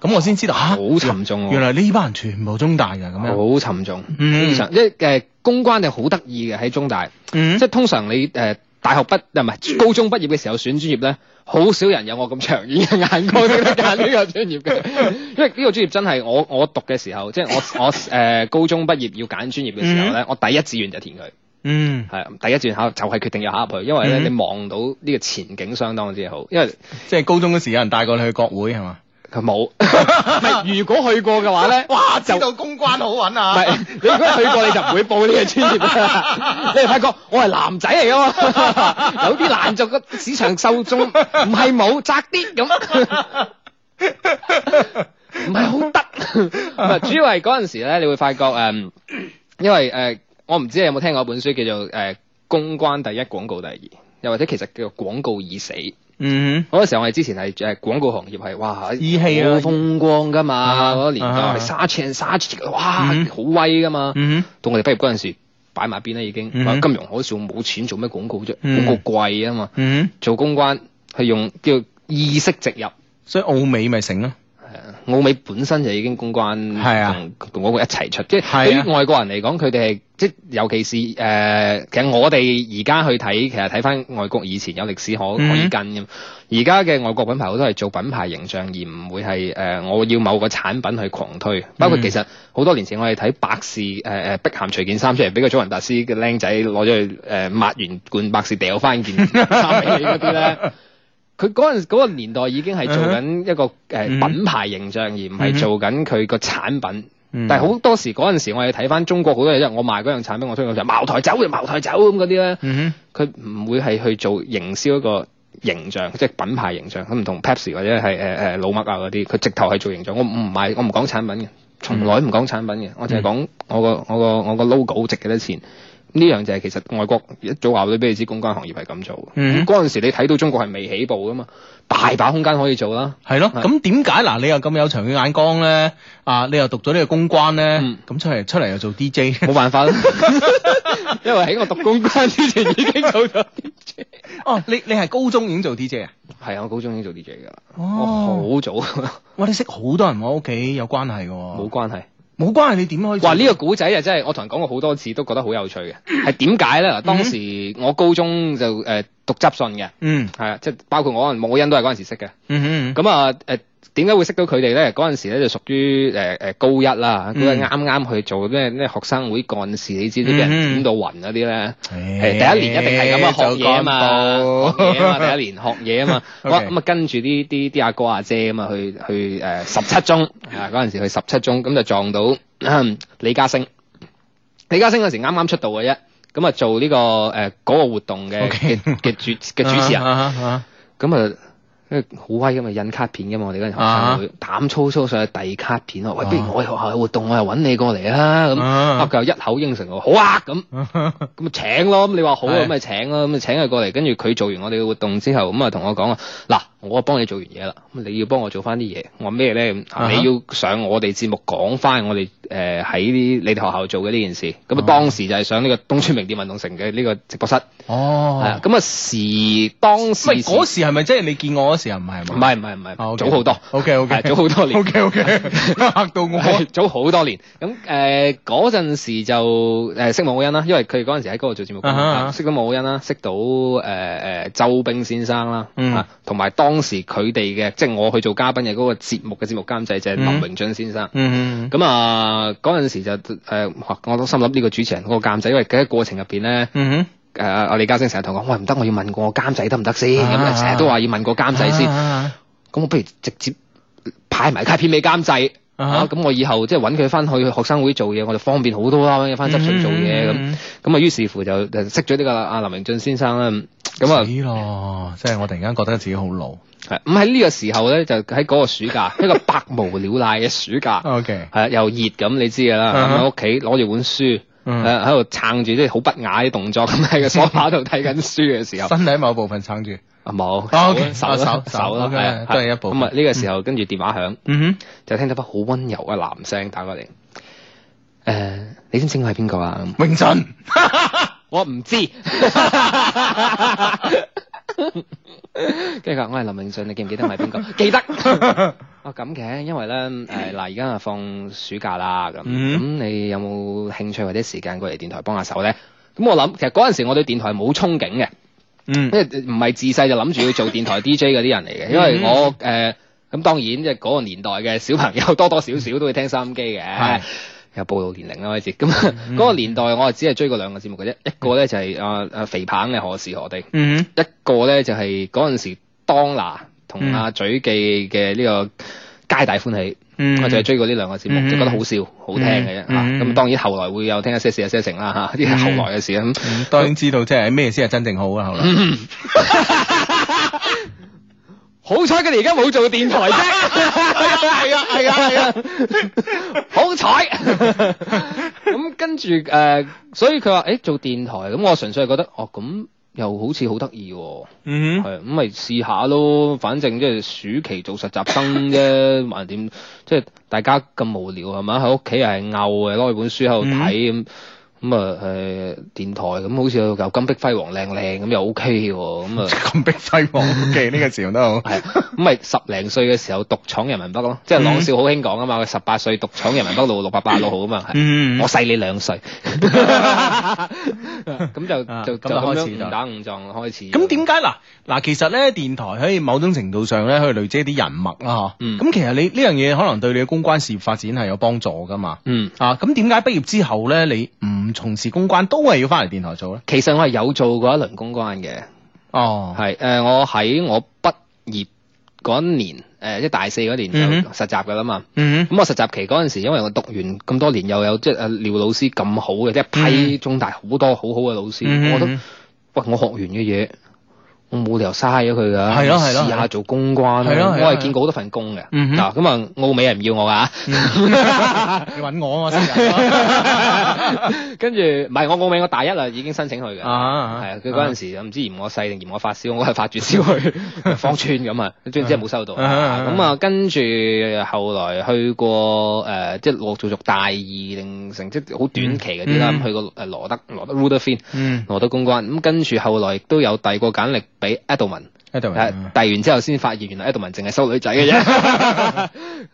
咁我先知道吓，嗯好沉重喎啊原來呢班人全部中大㗎咁樣。好沉重，嗯非常即係誒公關係好得意嘅喺中大，嗯即係通常你誒、呃大學畢唔係高中畢業嘅時候選專業咧，好少人有我咁長遠嘅眼光識得揀呢個專業嘅， 因為呢個專業真係我我讀嘅時候，即係我我誒、高中畢業要揀專業嘅時候咧，我第一志願就填佢，嗯係啊第一志願考就係決定要考入去，因為咧、嗯你望到呢個前景相當之好，因為。即係高中嗰時有人帶過你去國會係嘛？佢 冇，唔係如果去過嘅話咧，哇就公關好揾唔係，你如果去過你就唔會報呢個專業啦。你係發覺我係男仔嚟噶嘛，有啲難做個市場受眾，唔係冇窄啲 咁，唔係好得。唔係主要係嗰陣時咧，你會發覺誒、嗯因為誒、呃我唔知你有冇聽過一本書叫做誒、呃公關第一，廣告第二。又或者其實叫做廣告已死，嗯嗰個時候我哋之前係誒廣告行業係哇意氣啊好風光噶嘛，啊嗰個年代啊係沙錢沙錢，哇嗯好威噶嘛，嗯到我哋畢業嗰陣時擺埋邊啦已經，嗯話金融海嘯冇錢做咩廣告啫，嗯廣告貴啊嘛，嗯，做公關係用叫意識植入。所以澳美咪成咯。係啊澳美本身就已經公關係啊同同嗰個一齊出，即係啊係對於外國人嚟講，佢哋係即係尤其是誒、呃其實我哋而家去睇，其實睇翻外國以前有歷史嗯可可以跟咁。而家嘅外國品牌好多係做品牌形象，而唔會係誒、呃我要某個產品去狂推。包括嗯其實好多年前我哋睇百事誒誒碧咸除件衫出嚟，俾個祖雲達斯嘅僆仔攞咗去誒、呃抹完罐百事掉翻件 衫俾你嗰啲咧。佢嗰陣嗰個年代已經係做緊一個誒、呃嗯品牌形象，而唔嗯係做緊佢個產品。嗯但係好多時嗰陣時，我哋睇翻中國好多嘢，因為我賣嗰樣產品，我推廣就係茅台酒就茅台酒咁嗰啲咧，嗯佢唔會係去做營銷一個形象，即係品牌形象。咁唔同 Pepsi 或者係誒誒老麥啊嗰啲，佢直頭係做形象。我唔唔賣，我唔嗯講產品嘅，從來唔講產品嘅，我淨係講我個我個我個 logo 值幾多錢。呢樣就係其實外國一早話咗俾你知，公關行業係咁做嗯嘅。嗰陣時你睇到中國係未起步噶嘛，大把空間可以做啦。係咯，係咁點解嗱？你又咁有長遠眼光咧，啊，你又讀咗呢個公關咧，咁嗯、出嚟出嚟又做 DJ，冇辦法啦，因為喺我讀公關之前已經做咗 DJ。哦，你你係高中已經做 DJ 啊？ 係啊，我高中已經做 DJ 噶啦，哦我好早㗎啦哇！你識好多人喎，屋企有關係嘅喎，冇關係。冇關係，你點可以做？哇！呢、個古仔啊，真係我同人講過好多次，都覺得好有趣嘅。係點解咧？嗱當時我高中就誒、呃、讀執信嘅，嗯係啊，即係包括我可能我欣都係嗰陣時識嘅。嗯嗯咁啊誒點解會識到佢哋咧？嗰陣時咧就屬於誒誒高一啦，高一嗯啱啱去做咩咩學生會幹事，你知啲俾嗯人點到暈嗰啲咧。嗯，係第一年一定係咁啊，學嘢啊嘛，就學幹嘢啊部嘛，第一年學嘢啊 嘛， OK 哇咁啊跟住啲啲啲阿哥阿姐咁啊去去誒十七中啊嗰陣時去十七中咁就撞到嗯李嘉升，李嘉升嗰時啱啱出道嘅啫，咁啊做呢個誒嗰個活動嘅 OK 嘅嘅主嘅主持 人，啊啊啊咁啊。因為好威噶嘛，印卡片噶嘛，我哋嗰陣學啊生會膽粗粗上去遞卡片啊！喂，不如我喺學校有活動，我又揾你過嚟啦咁。啊啊，佢又一口應承我，好啊咁。啊咁咪請咯，咁你話好啊，係咁咪請咯，咁咪請佢過嚟，跟住佢做完我哋嘅活動之後，咁啊同我講啊，嗱，我幫你做完嘢啦，咁啊你要幫我做翻啲嘢，我話咩咧？咁啊哈你要上我哋節目講翻我哋誒喺啲你哋學校做嘅呢件事，哦咁啊當時就係上呢個東川名店運動城嘅呢個直播室，係啊哦，，咁啊時當時喂，嗰時係咪即係你見我嗰時候唔係唔嘛？係唔係唔係，早好多， OK 哦 OK，係早好 多年。 OK OK，嚇到我。係 早好多年，咁誒嗰陣時就誒識武欣啦，因為佢嗰陣時喺嗰度做節目啊哈啊哈，識到武欣啦，識到誒誒周冰先生啦，嗯啊，同埋當時佢哋嘅即係我去做嘉賓嘅嗰個節目嘅節目監製就係嗯林榮俊先生。嗯，咁啊，嗰陣時就誒、哇我都心諗呢個主持人嗰個監製，因為佢喺過程入邊咧，嗯誒、我李嘉誠成日同我講，喂唔得，我要問過我監製得唔得先？咁啊啊成日都話要問過監哼，製先，咁、啊我不如直接派埋卡片俾監製。啊，啊咁我以後即係揾佢翻去學生會做嘢，我就方便好多啦，揾佢翻執信做嘢咁。嗯咁啊，於是乎就就識咗呢個阿林明俊先生啦。嗯咁啊，死咯！即係我突然間覺得自己好老。係咁喺呢個時候咧，就喺嗰個暑 假，一個百無聊賴嘅暑假， OK，係啊又熱咁，你知㗎啦。嗯咁喺屋企攞住本書，嗯，誒喺度撐住啲好不雅嘅動作咁 喺個梳化度睇緊書嘅時候，身體某部分撐住。啊冇啊，OK，手啊手啦手手手啦， OK，係啊都係一部分咁啊，呢個時候跟住電話響。嗯就聽到把好温柔嘅男聲打過嚟。誒、呃你知唔知我係邊個啊？咁哼，榮振，我唔知。跟住佢話：我係林永信，你記唔記得我係邊個？記得。哦咁嘅，因為咧誒嗱，而家啊放暑假啦，咁咁、嗯你有冇興趣或者時間過嚟電台幫下手咧？咁我諗，其實嗰陣時我對電台係冇憧憬嘅。嗯因為唔係自細就諗住要做電台 DJ 嗰啲人嚟嘅，因嗯為我呃誒咁、當然即係嗰個年代嘅小朋友多多少少都會聽收音機係嘅。又暴露年齡啦開始，咁嗯嗰個年代我係只係追過兩個節目嘅啫，一個咧就係啊啊肥棒嘅何時何地，嗯一個咧就係嗰陣時當拿同阿嘴記嘅呢個皆大歡喜，嗯我就係追過呢兩個節目，嗯就覺得好笑好聽嘅啫嚇。啊嗯咁當然後來會有聽一些事一些情啦嚇，呢啲係後來嘅事啦。咁嗯當然知道即係咩先係真正好啦，後來。好彩佢哋而家冇做電台啫， 係啊係啊係啊， 好彩。咁跟住誒、呃所以佢話誒做電台，咁我純粹係覺得哦，咁又好似好得意喎，嗯係咁咪試下咯，反正即係暑期做實習生啫，還點即係大家咁無聊係嘛，喺屋企又係拗嘅，攞住本書喺度睇咁。咁啊，誒、電台咁好似有嚿金碧輝煌靚靚咁又 OK 喎，咁啊咁逼輝煌，OK 呢個詞用得好。係咁 咪十零歲嘅時候讀闖人民北咯，嗯即係朗少好興講啊嘛，佢十八歲讀闖人 民北路六百八六號啊嘛，係嗯我細你兩歲， 咁就啊咁就就就開咁始樣就誤打誤撞開始。咁點解嗱嗱？其實咧，電台喺某種程度上咧，可以累積一啲人脈啦，嗬。嗯咁其實你呢樣嘢可能對你嘅公關事業發展係有幫助噶嘛。嗯，啊，咁點解畢業之後咧，你唔從事公關，都係要翻嚟電台做咧？其實我係有做過一輪公關嘅，哦，係誒、我喺我畢業嗰一年，誒、即係大四嗰年就嗯實習噶啦嘛。嗯咁我實習期嗰陣時，因為我讀完咁多年，又有即係誒廖老師咁好嘅，即係一批中大好多好好嘅老師，嗯我覺得喂我學完嘅嘢，我冇理由嘥咗佢噶，係咯係咯試下做公關係咯啦係。咯我係見過好多份工嘅，嗯哼嗱咁啊，澳美係唔要我噶，你揾我啊我先 跟住唔係我澳美，我大一啦已經申請去嘅，嗯係啊，啊，佢嗰陣時唔知嫌我細定嫌我發燒，我係發住燒去 芳村咁啊，總之係冇收到。啊啊啊咁啊，跟住後來去過誒，即係陸續續大二定成績好短期嗰啲啦，嗯咁去過誒羅德羅德 Rutherford。嗯，攞到公關，咁跟住後來亦都有遞過簡歷俾 Edelman，喺度但係遞完之後先發現原來 Edelman 淨係收女仔 嘅啫。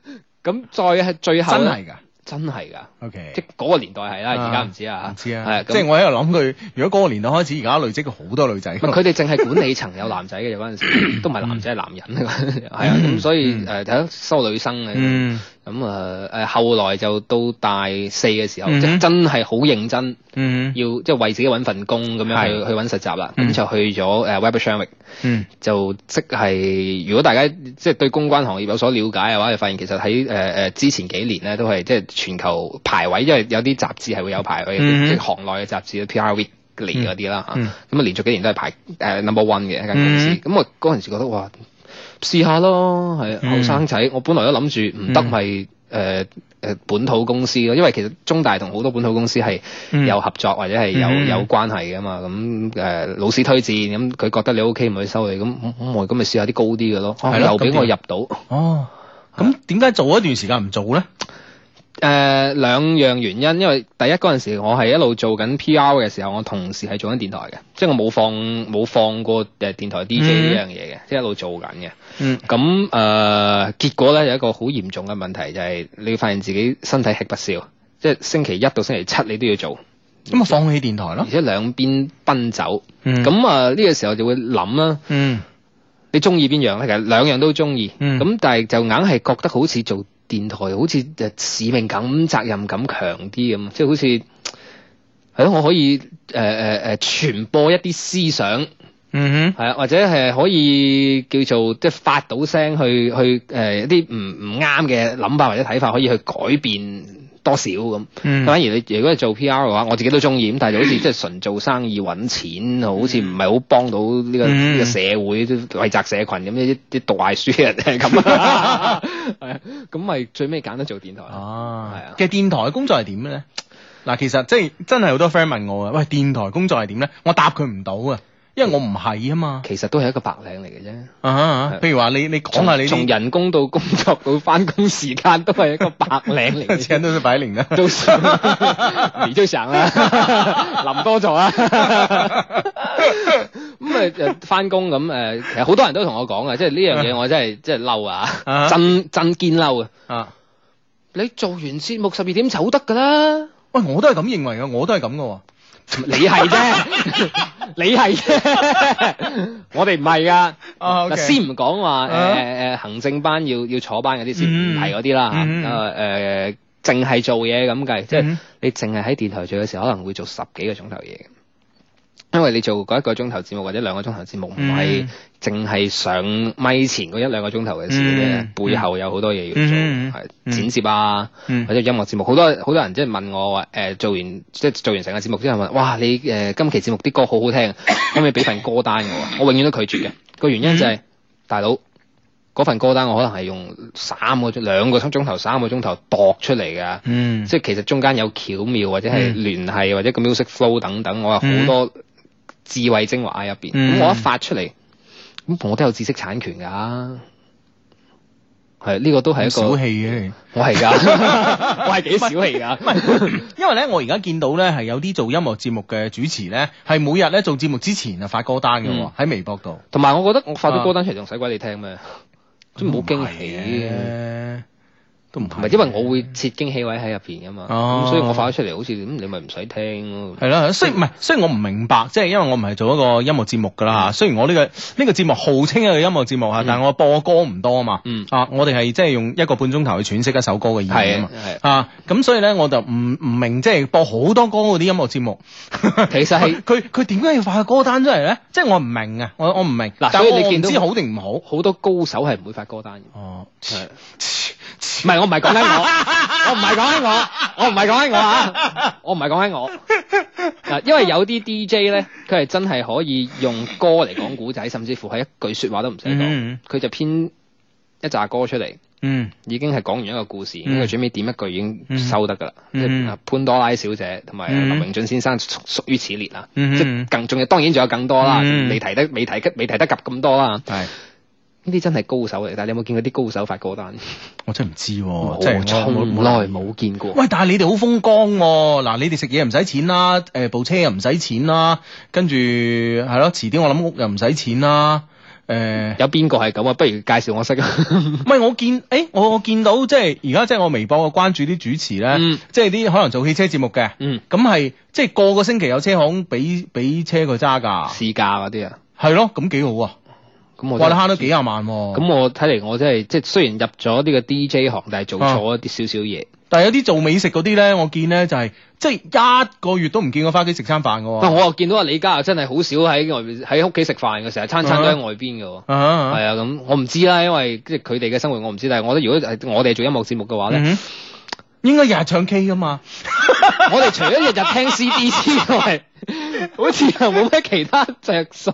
咁再係最後真呢係㗎真係㗎， ，OK 即。係嗰個年代係啦，啊而家唔知啊唔知係啊啊，即係咁我喺度諗佢，如果嗰個年代開始，而家累積好多女仔。唔係佢哋淨係管理層有男仔嘅，有嗰 陣時都唔係男仔係男人，係啊，咁所以嗯誒睇收女生嘅，嗯咁啊誒後來就到大四嘅時候，嗯哼即係真係好認真，嗯要即係為自己揾份工咁樣係去去揾實習啦，嗯咁就去咗誒 Weber Shandwick。嗯就即係如果大家即係對公關行業有所了解嘅話，就發現其實喺誒誒之前幾年咧都係即係全球排位，因為有啲雜誌係會有排位，嗯即係行內嘅雜誌 PR Weekly 嗰啲啦嚇。咁嗯啊、連續幾年都係排誒、呃 number one 嘅一間公司。咁、我嗰陣時覺得哇，試下咯，係嗯後生仔，我本來都諗住唔得嗯咪誒誒本土公司咯，因為其實中大同好多本土公司係。嗯有合作或者係有嗯有關係噶嘛，咁誒、老師推薦，咁佢覺得你 O K 咪去收你，咁咁咁我咁咪試下啲高啲嘅咯，啊哦係咯又俾咁我入點到，誒、哦，咁點解做一段時間唔做咧？呃兩樣原因，因為第一嗰陣時我係一路做緊 P R 嘅時候，我同時係做緊電台嘅，即係我冇放冇放過誒電台 D J 嗯呢樣嘢嘅，即係一路做緊嘅。嗯咁誒、呃、結果咧有一個好嚴重嘅問題就係、你會發現自己身體吃不消，即係星期一到星期七你都要做，咁咪放棄電台而咯。且兩邊奔走。嗯咁啊呢個時候就會諗啦，嗯你中意邊樣咧？其實兩樣都中意，咁、嗯但係就硬係覺得好似做電台好似誒使命感、責任感強啲咁，即係好似係咯，我可以誒誒誒傳播一啲思想，嗯係啊，或者係可以叫做即係發到聲去去誒、呃一啲唔唔啱嘅諗法或者睇法，可以去改變多少咁。哼嗯反而你如果係做 P.R. 嘅話，我自己都中意，咁但係就好似即係純做生意揾錢，好似唔係好幫到呢、個呢、嗯個社會都惠澤社群咁，一啲讀壞書嘅人 係咁，係啊，咁咪最尾揀得做電台。哦，係啊嘅電台嘅工作係點嘅咧？嗱，其實即係真係好多 friend 問我啊，喂，電台工作係點咧？我答佢唔到啊，因為我唔係啊嘛。其實都係一個白領嚟嘅啫，啊哈啊哈譬如話你你講從下你從啲，人工到工作到翻工時間都係一個白 領嚟嘅啫。 錢都是白領的。都想，你都想啦，諗多咗 啦。咁誒誒翻工咁誒，其實好多人都同我講啊，即係呢樣嘢我真係真係嬲啊，啊真真堅嬲啊！啊，你做完節目十二點走得㗎啦，喂，我都係咁認為嘅，我都係咁嘅喎。你係 啫，你係啫，我哋唔係㗎。啊嗱， ，OK 先唔講話啊誒誒行政班要要坐班嗰啲先，嗯唔係嗰啲啦嚇。嗯誒誒，淨係做嘢咁計，即係嗯你淨係喺電台做嘅時候，可能會做十幾個鐘頭嘢嘅。因為你做嗰一個鐘頭節目或者兩個鐘頭節目，唔係嗯淨係上咪前嗰一兩個鐘頭嘅事嗯嘅，背後有好多嘢要做，嗯係嗯剪接啊，嗯或者音樂節目，好多好多人即係問我話誒做完即係做完成個節目之後問，哇你誒今期節目啲歌好好聽，可唔可以俾份歌單我啊？我永遠都拒絕嘅，個嗯原因就係大佬嗰份歌單我可能係用三個鐘兩個鐘頭三個鐘頭度出嚟㗎。嗯，即係其實中間有巧妙或者係嗯聯繫或者個 music flow 等等，我有好多智慧精華喺入邊。咁、嗯我一發出嚟，咁我都有知識產權㗎。係呢、個都係係一小個，氣嘅你。我係 㗎，我係幾小氣㗎。 因為咧，我而家見到咧係有啲做音樂節目嘅主持咧，係每日咧做節目之前啊發歌單嘅嗯喎，喺微博度。同埋我覺得我啊發咗歌單出嚟仲使鬼你聽咩？即係冇驚喜嘅。嘅，都唔唔係係因為我會設驚喜位喺入邊㗎嘛，咁、哦所以我發咗出嚟好似嗯咁，你咪唔使聽咯。係啦，雖唔係，雖然我唔明白，即係因為我唔係做一個音樂節目㗎啦嗯嚇。雖然我呢、個呢、個節目號稱一個音樂節目嚇，啊但係我播歌唔多啊嘛。嗯啊，我哋係即係用一個半鐘頭去詮釋一首歌嘅意義啊係嘛啊。係啊。啊，咁所以咧我就唔唔明，即係播好多歌嗰啲音樂節目，其實係 佢佢點解要發個歌單出嚟咧？即係我唔明啊，我我唔明。嗱但所以你我見到唔知好定唔好。好多高手係唔會發歌單嘅。哦，係唔係我 唔係講緊我，我唔係講緊我，我唔係講緊我啊，我唔係講緊我，嗱，因為有啲 DJ 咧，佢係真係可以用歌嚟講古仔，甚至乎係一句说話都唔使講，嗯佢就編一扎歌出嚟， 嗯已經係講完一個故事，嗯跟住最尾點一句已經嗯收得㗎啦。即嗯係啊潘多拉小姐同埋嗯林榮俊先生屬屬於此列啦。嗯即係更仲有，當然仲有更多啦，嗯未提得未提得未提得及咁多啦。系，呢啲真係高手嚟，但係你有冇見過啲高手發歌單？我真係唔知我喎，即係從來。冇見過。喂，但係你哋好風光喎！嗱，你哋食嘢唔使錢啦，誒、部車又唔使錢啦，跟住係咯，遲啲我諗屋又唔使錢啦，誒、有邊個係咁啊？不如介紹我識啊！唔係我見，誒、我我見到即係而家即係我微博我關注啲主持咧，嗯即係啲可能做汽車節目嘅，嗯，咁係即係個個星期有車行俾俾車佢揸㗎，試駕嗰啲啊，係咯，咁幾好啊！咁我哇，真你係慳咗幾廿萬喎、咁我睇嚟我真係即係雖然入咗呢個 DJ 行，但係做錯一啲少少嘢。但係有啲做美食嗰啲咧，我見咧就係、即係一個月都唔見我翻屋企食餐飯㗎喎。但我又見到阿李嘉又真係好少喺外邊喺屋企食飯嘅，成日餐餐都喺外邊嘅喎。啊啊係啊，咁我唔知啦，因為即係佢哋嘅生活我唔知，但係我覺得如果係我哋做音樂節目嘅話咧，嗯哼 應該日日唱 K 噶 嘛？我哋除咗日日聽 CD 之外，好似又冇咩其他着數。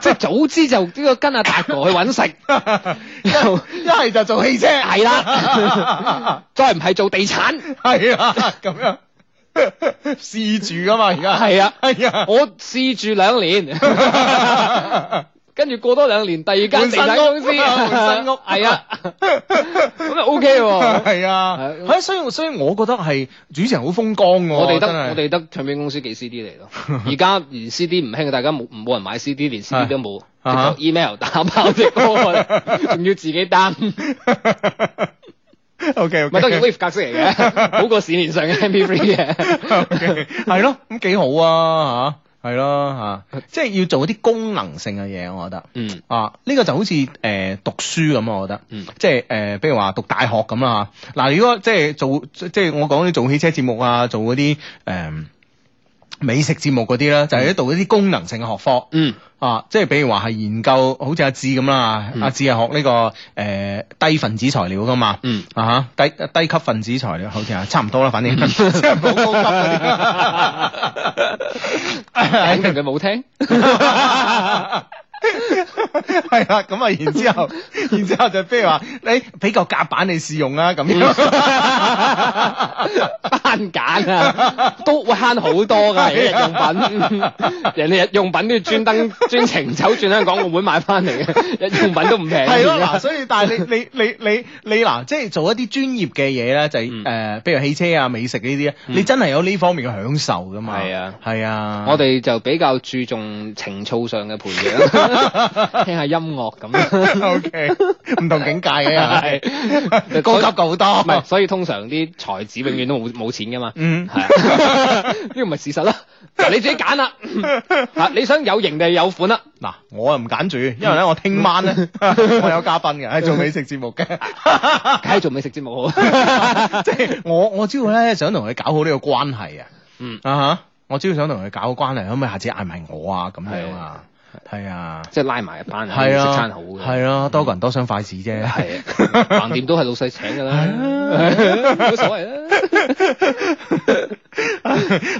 即係早知就呢個跟阿達哥去揾食，又一係就做汽車，係啦，再唔係做地產。 係啊，咁樣試住噶嘛，而家係啊 係啊，我試住兩年。 跟住過多兩年，第二間換地新屋產公司， 換新屋 係啊，咁 啊 OK 喎。係啊，係係所以所以我覺得係主持人好風光喎，我哋得真係我哋得唱片公司寄 CD 嚟咯， 而家連 CD 唔興，大家冇冇人買 CD，連 CD 都冇，啊直哈頭 email 打包隻歌，啊 仲要自己 down， OK 咪 OK，當然 wave 格式嚟嘅， 好過市面上嘅 MP3 嘅。 OK，係咯，咁幾好啊嚇，係咯嚇，即係要做啲功能性嘅嘢，我覺得。嗯啊，呢、個就好似誒、呃、讀書咁啊，我覺得，嗯即係誒、呃，比如話讀大學咁啦嚇。嗱、如果即係做即即係我講啲做汽車節目啊，做嗰啲誒美食節目嗰啲啦，就係、喺度一啲功能性嘅學科。嗯，啊，即係比如話係研究，好似阿志咁啦，嗯阿志係學呢、個誒、呃低分子材料噶嘛，嗯啊哈，低低級分子材料，好似啊，差唔多啦，反正 即係冇高級嗰啲。肯定佢冇聽。系啦，咁啊，然之后，然之后就譬如话，你俾嚿夾板你試用啊，咁嗯樣。慳揀啊， 都會慳好 多噶，啊人哋日用品， 人哋日用品都要專登 專程走轉香港澳門買翻嚟嘅， 日用品都唔平。 係咯，啊嗱，所以但係你 你你你你嗱，即係做一啲專業嘅嘢咧，就係嗯誒，譬如汽車啊、美食呢啲咧，嗯你真係有呢方面嘅享受噶嘛？係啊，係啊，我哋就比較注重情操上嘅 培養，聽下音樂 咁。OK 唔同境界 嘅係啊係高級好唔係，多。所以通常啲才子永遠都冇冇錢 噶嘛。嗯，係啊， 呢個唔係事實啦，就你自己 揀啦。啊，你想有型定係有款啦？嗱，我又唔揀住，因為咧我聽晚 咧我有嘉賓嘅，係做美食節目嘅。啊梗係做美食節目好。即係我我主要咧想同佢搞好呢個關係啊。嗯啊吓，我主要想同佢搞好關係，可唔可以下次嗌埋我啊？咁樣啊，係啊，即係拉埋一班人係食啊，餐好嘅。嗯係啊，多個人多雙筷子啫。係啊，橫掂都係老細請㗎啦，啊冇所謂啦。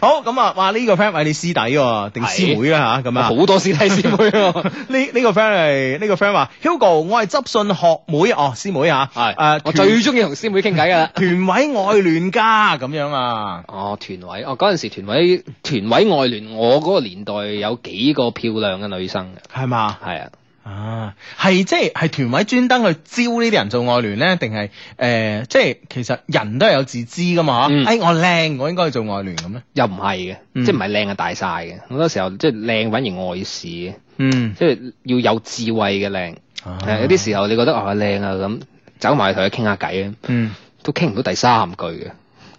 好咁啊，哇！呢個 friend 係你師弟喎，定師妹啦吓，咁啊。好多師弟師妹 啊喎。呢呢個 friend 係呢個 friend 話，Hugo，我係執信學妹哦，師妹啊，係，誒我最中意同師妹傾偈㗎啦。團委外聯家咁樣啊，哦，團委，哦嗰陣時團委團委外聯，我嗰個年代有幾個漂亮嘅女生嘅，係嘛？係啊，啊，係即係係團委專登去招呢啲人做外聯咧，定係誒即係其實人都係有自知噶嘛嚇？嗯哎，我靚，我應該去做外聯咁咧。又唔係嘅，嗯即係唔係靚嘅大晒嘅，好多時候即係靚反而礙事嘅，嗯，即係要有智慧嘅靚。啊係有啲時候你覺得啊靚啊咁，走埋去同佢傾下偈啊，嗯，都傾唔到第三句嘅。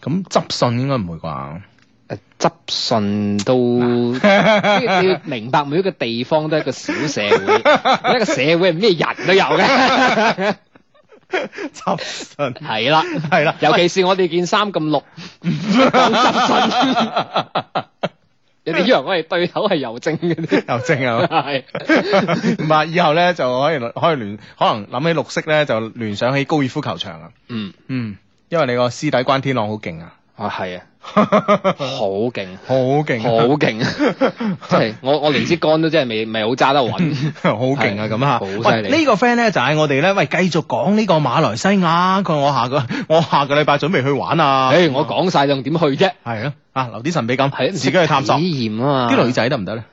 咁執信應該唔會 啩？誒執信 都，即係你要明白每一個地方都係一個小社 會，一個社會係咩人都有嘅，執信係啦，係啦，尤其是我哋件衫咁綠，講執信，人哋以為我哋哎對口係郵政嘅 啲， 又正啊！ 係唔係，以後咧就可以可以聯，可能諗起綠色咧就聯想起高爾夫球場啊。嗯， 嗯，因為你個師弟關天朗好勁啊。啊係啊，好勁，啊好勁，啊好 勁，即係我我連支杆都真係未未好揸得穩。好勁啊！係咁吓，好犀利喂呢個 friend 咧就係我哋咧，喂繼續講呢個馬來西亞。佢話我下個我下個禮拜準備去玩啊。誒，我講晒仲點去啫？係咯，啊留啲神秘感，係自己去探索。體驗啊嘛。啲女仔得唔得咧？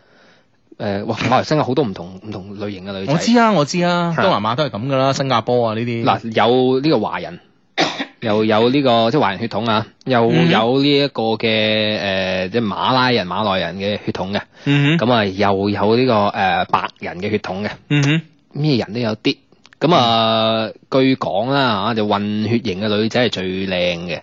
誒，哇！馬來西亞好多唔同唔同類型嘅女仔。我知啊，我知啊，係東南亞都係咁噶啦，新加坡啊呢啲。嗱，有呢個華 人，又有呢、個即係華人血統啊，又嗯有呢一個嘅誒、呃即係馬拉人、馬來人嘅血統嘅，嗯哼，咁啊、又有呢、個誒、呃白人嘅血統嘅，嗯哼，咩人都有啲。咁啊，據講啦嚇，就混血型嘅女仔係最靚嘅。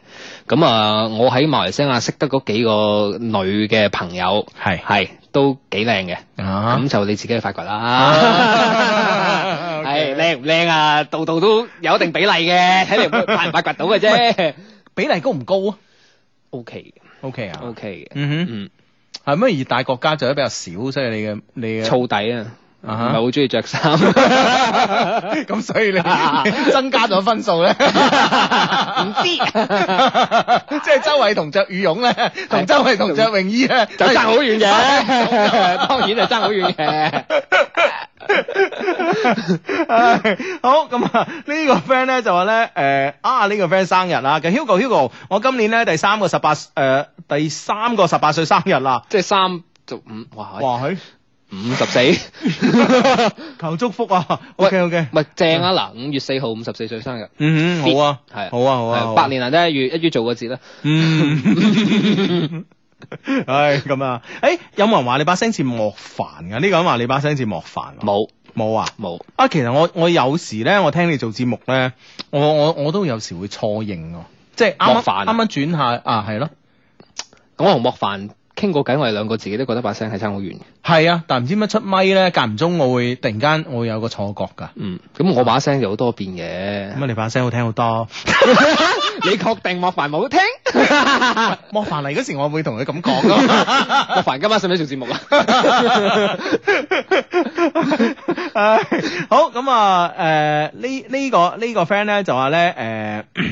咁啊，我喺馬來西亞識得嗰幾個女嘅朋友，係係都幾靚嘅。啊咁就你自己去發掘 啊 啦。係靚唔靚啊？度度都有一定比例 嘅，睇你發唔發掘到嘅啫。比例高唔高啊 O K ？OK 嘅啊，O K 嘅，嗯嗯，哼，係咩？而大國家就比較少，所以你嘅你嘅燥底啊，唔啊哈係好中意着 衫，咁所以你 增加咗分數咧，唔知 即係周偉同着羽絨咧，同周偉同着泳衣咧，就爭好遠嘅， 當然係爭好遠嘅。唉好咁啊！呢個 friend 咧就話咧，誒啊呢個 friend 生日啦，嘅 Hugo Hugo，我今年咧第三個十八誒第三個十八歲生日啦，即係三就五，哇，哇佢五十四， 求祝福啊！OK OK，咪正啊！嗱，五月四號五十四歲生日，嗯哼，好啊，係好啊好啊，好啊百年難得一遇，一於做個節啦。嗯， 唉，咁啊，诶，有冇人話你把聲似莫凡噶？呢、個人話你把聲似莫凡喎，冇冇啊？冇，啊，其實我我有時咧，我聽你做節目咧，我我我都有時會錯認喎，即係啱莫啱凡啊啱啱轉下啊，係咯，咁我同莫凡傾過偈，我哋兩個自己都覺得把聲係爭好遠嘅。係啊，但唔知乜出咪咧，間唔中我會突然間我會有個錯覺㗎。嗯，咁我把聲就好多變嘅咁。啊，你把聲好聽好多。 你確定莫凡 冇聽？莫凡嚟嗰時，我會同佢咁講咯。莫凡今晚使唔使做節 目啊？唉好咁啊，誒、呢呢、個呢、個 friend 咧就話咧誒